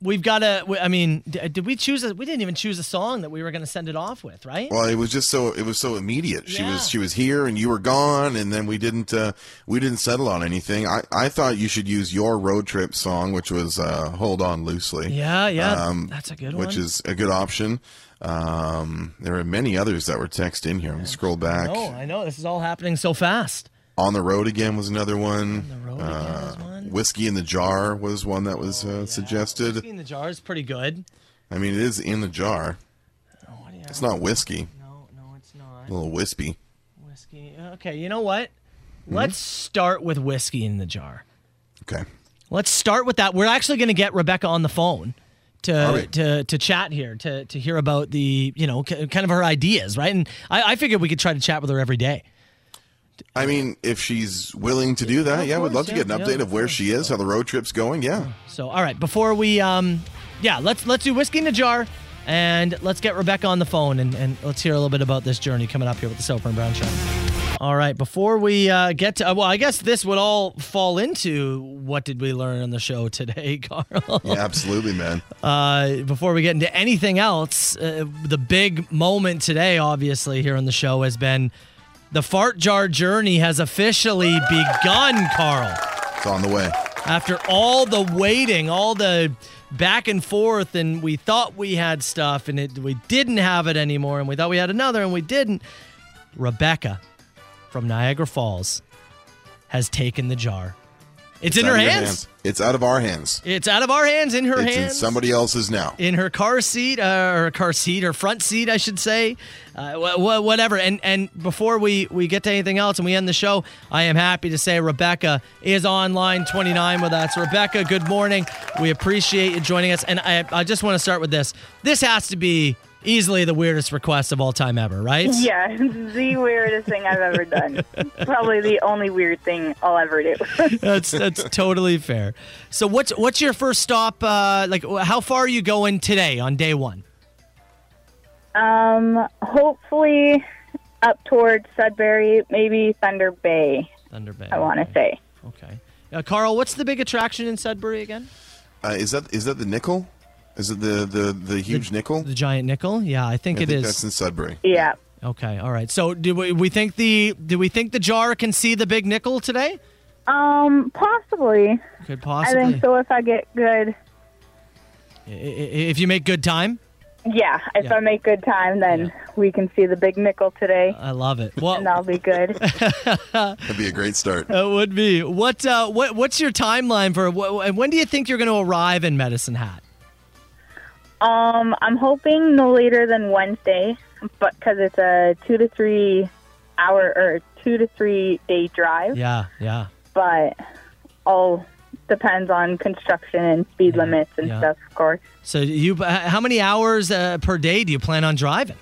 S6: we've got to. I mean, d- did we choose? A, we didn't even choose a song that we were going to send it off with, right?
S7: Well, it was just so it was so immediate. She
S6: Yeah.
S7: was she was here and you were gone, and then we didn't uh, we didn't settle on anything. I, I thought you should use your road trip song, which was uh, "Hold On Loosely."
S6: Yeah, yeah, that's a good
S7: Um, Which
S6: one.
S7: is a good option. Um, there are many others that were text in here. I'm gonna scroll back.
S6: No, Oh, I know this is all happening so fast.
S7: On the road again was another one. On the road again was one. Whiskey in the jar was one that
S6: Oh,
S7: was uh, suggested.
S6: Whiskey in the jar is pretty good.
S7: I mean, it is in the jar. It's not whiskey. Oh, No, no, it's not. A little wispy.
S6: Whiskey. Okay, you know what?
S7: Hmm?
S6: Let's start with whiskey in the jar.
S7: Okay.
S6: Let's start with that. We're actually going to get Rebecca on the phone to
S7: All right.
S6: to to chat here to to hear about the you know k- kind of her ideas, right? And I, I figured we could try to chat with her every day.
S7: I mean, if she's willing to do that, yeah, we'd love to get an
S6: yeah,
S7: update of where she is, how the road trip's going. Yeah.
S6: [laughs] So, all right, before we, um, yeah, let's let's do whiskey in a jar, and let's get Rebecca on the phone, and, and let's hear a little bit about this journey coming up here with the Soper and Brown Show. All right, before we uh, get to, well, I guess this would all fall into what did we learn on the show today, [laughs] Carl?
S7: Yeah, absolutely, man.
S6: Uh, before we get into anything else, uh, the big moment today, obviously, here on the show has been the fart jar journey has officially begun, Carl.
S7: It's on the way.
S6: After all the waiting, all the back and forth, and we thought we had stuff, and it, we didn't have it anymore, and we thought we had another, and we didn't. Rebecca from Niagara Falls has taken the jar It's in her
S7: out of your
S6: hands?
S7: It's out of our hands.
S6: It's out of our hands, in her
S7: it's in
S6: hands.
S7: somebody else's now.
S6: in her car seat, uh, or her car seat, her front seat, I should say, uh, wh- wh- whatever. And and before we we get to anything else and we end the show, I am happy to say Rebecca is on line 29 with us. Rebecca, good morning. We appreciate you joining us. And I I just want to start with this. This has to be easily the weirdest request of all time ever, right?
S17: Yeah, [laughs] the weirdest thing I've ever done. Probably the only weird thing I'll ever do.
S6: [laughs]
S17: [laughs]
S6: that's that's totally fair. So what's what's your first stop? Uh, like, wh- how far are you going today on day one?
S17: Um, hopefully up towards Sudbury, maybe Thunder Bay.
S6: Thunder Bay.
S17: I want to say.
S6: Okay. Uh, Carl, what's the big attraction in Sudbury again?
S7: Uh, is that is that the nickel? Is it the the, the huge nickel?
S6: The giant nickel? Yeah, I think
S7: I
S6: it
S7: think
S6: is.
S7: that's in Sudbury.
S17: Yeah.
S6: Okay. All right. So do we, we think the do we think the jar can see the big nickel today?
S17: Um, possibly.
S6: Could possibly.
S17: I think so if I get good.
S6: I- i- If you make good time.
S17: Yeah, if
S6: Yeah.
S17: I make good time, then we can see the big nickel today,
S6: I love it. Well,
S17: and that'll
S6: [laughs]
S17: be good.
S7: That'd be a great start.
S6: That uh, would be. What uh, what what's your timeline for wh- and when do you think you're going to arrive in Medicine Hat?
S17: Um, I'm hoping no later than Wednesday, but because it's a two to three hour or two to three day drive.
S6: Yeah, yeah.
S17: But all depends on construction and speed limits and
S6: yeah.
S17: stuff, of course.
S6: So you uh, how many hours uh, per day do you plan on driving?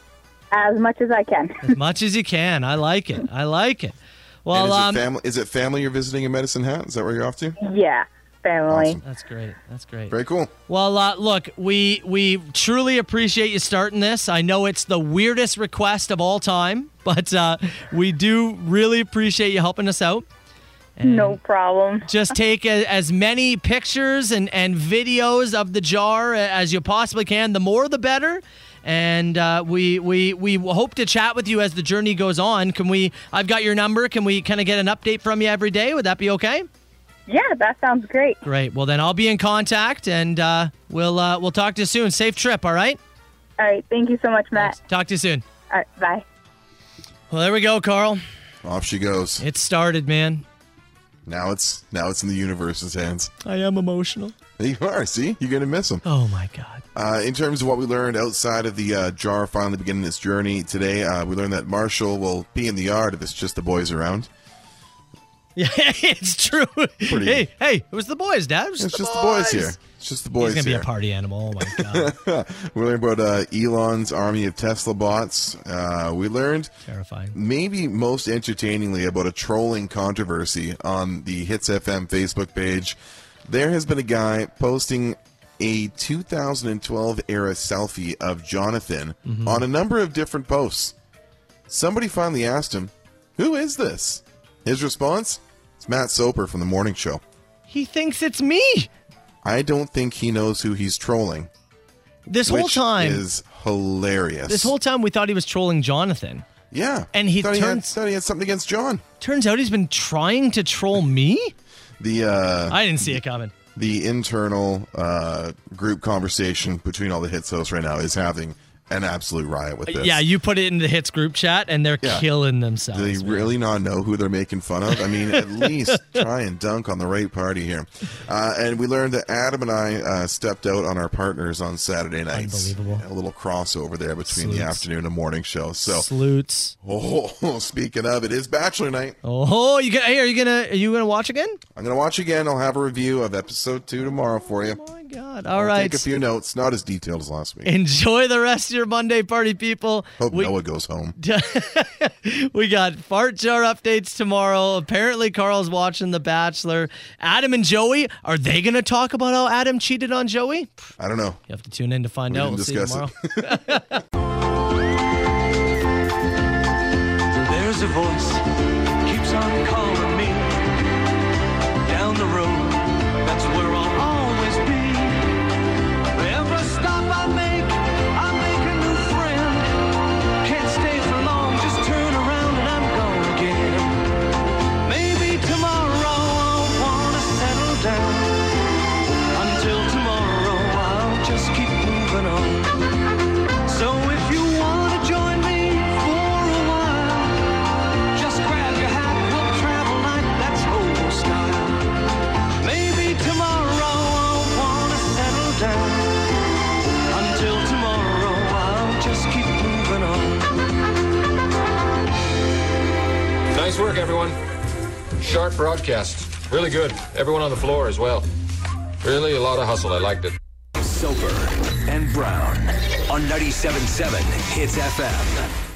S17: As much as I can.
S6: As much as you can. I like it. I like it. [laughs] Well,
S7: And is,
S6: um,
S7: it family, is it family you're visiting in Medicine Hat? Is that where you're off to?
S17: [laughs] yeah, family.
S6: That's great. That's great.
S7: Very cool.
S6: Well, uh, look, we we truly appreciate you starting this. I know it's the weirdest request of all time, [laughs] but uh, we do really appreciate you helping us out.
S17: no problem.
S6: Just take a, as many pictures and, and videos of the jar as you possibly can. The more, the better. And uh, we we we hope to chat with you as the journey goes on. Can we? I've got your number. Can we kind of get an update from you every day? Would that be okay?
S17: Yeah, that sounds great.
S6: Great. Well, then I'll be in contact, and uh, we'll uh, we'll talk to you soon. Safe trip. All right.
S17: All right, thank you so much, Matt.
S6: Talk to you soon.
S17: All right, bye.
S6: Well, there we go, Carl.
S7: Off she goes.
S6: It started, man.
S7: Now it's now it's in the universe's hands.
S6: I am emotional.
S7: You are. See, you're gonna miss him.
S6: Oh my god. [laughs]
S7: Uh, in terms of what we learned outside of the uh, jar finally beginning its journey today, uh, we learned that Marshall will pee in the yard if it's just the boys around.
S6: Yeah, it's true.
S7: Pretty-
S6: Hey, hey, it was the boys, Dad. It was
S7: It's just the boys here. It's just the boys
S6: He's gonna
S7: here.
S6: be a party animal. Oh my god.
S7: [laughs] we learned about uh, Elon's army of Tesla bots. Uh, we learned
S6: terrifying,
S7: maybe most entertainingly, about a trolling controversy on the Hits FM Facebook page. There has been a guy posting a 2012 era selfie of Jonathan
S6: Mm-hmm.
S18: Mhm.
S7: on a number of different posts. Somebody finally asked him, "Who is this?" His response: "It's Matt Soper from the morning show."
S6: He thinks it's me.
S7: I don't think he knows who he's trolling.
S6: This whole
S7: which
S6: time-
S7: is hilarious.
S6: This whole time we thought he was trolling Jonathan.
S7: yeah,
S6: And he
S7: Thought had,
S6: turns-
S7: thought he had something against John.
S6: Turns out he's been trying to troll me.
S7: The uh,
S6: I didn't see it coming.
S7: the internal uh, group conversation between all the hits hosts right now is having an absolute riot with this.
S6: Uh, Yeah, you put it in the hits group chat, and they're
S7: Yeah.
S6: killing
S7: Do they
S6: themselves.
S7: really not know who they're making fun of? I mean,
S6: [laughs]
S7: at least try and dunk on the right party here. Uh, and we learned that Adam and I uh, stepped out on our partners on Saturday nights. Unbelievable. A little crossover there between
S6: Salutes.
S7: the afternoon and morning show. So,
S6: Salutes.
S7: [laughs] oh, speaking of, it is Bachelor Night.
S6: Oh, you gonna? Hey, are you gonna? Are you gonna watch again?
S7: I'm going to watch again. I'll have a review of episode two tomorrow for you. Oh, my
S6: God. All
S7: I'll
S6: right.
S7: Take a few notes. Not as detailed as last week.
S6: Enjoy the rest of your Monday party, people.
S7: Hope
S6: we,
S7: Noah goes home.
S6: we got fart jar updates tomorrow. Apparently, Carl's watching The Bachelor. Adam and Joey, are they going to talk about how Adam cheated on Joey? You
S7: I don't know.
S6: have to tune in to find
S7: We
S6: out.
S7: didn't
S6: We'll see you
S7: discuss [laughs]
S6: tomorrow.
S7: it.
S2: There's a voice keeps on calling me down the road. That's where I'll always be. Every stop I make, I make a new friend. Can't stay for long, just turn around and I'm gone again. Maybe tomorrow I'll wanna settle down. Until tomorrow I'll just keep moving on. So if you wanna join me for a while. Just grab your hat, we'll travel
S8: work, everyone. Sharp broadcast. Really good. Everyone on the floor as well. Really a lot of hustle. I liked it.
S5: Soper and Brown on 97.7 Hits FM.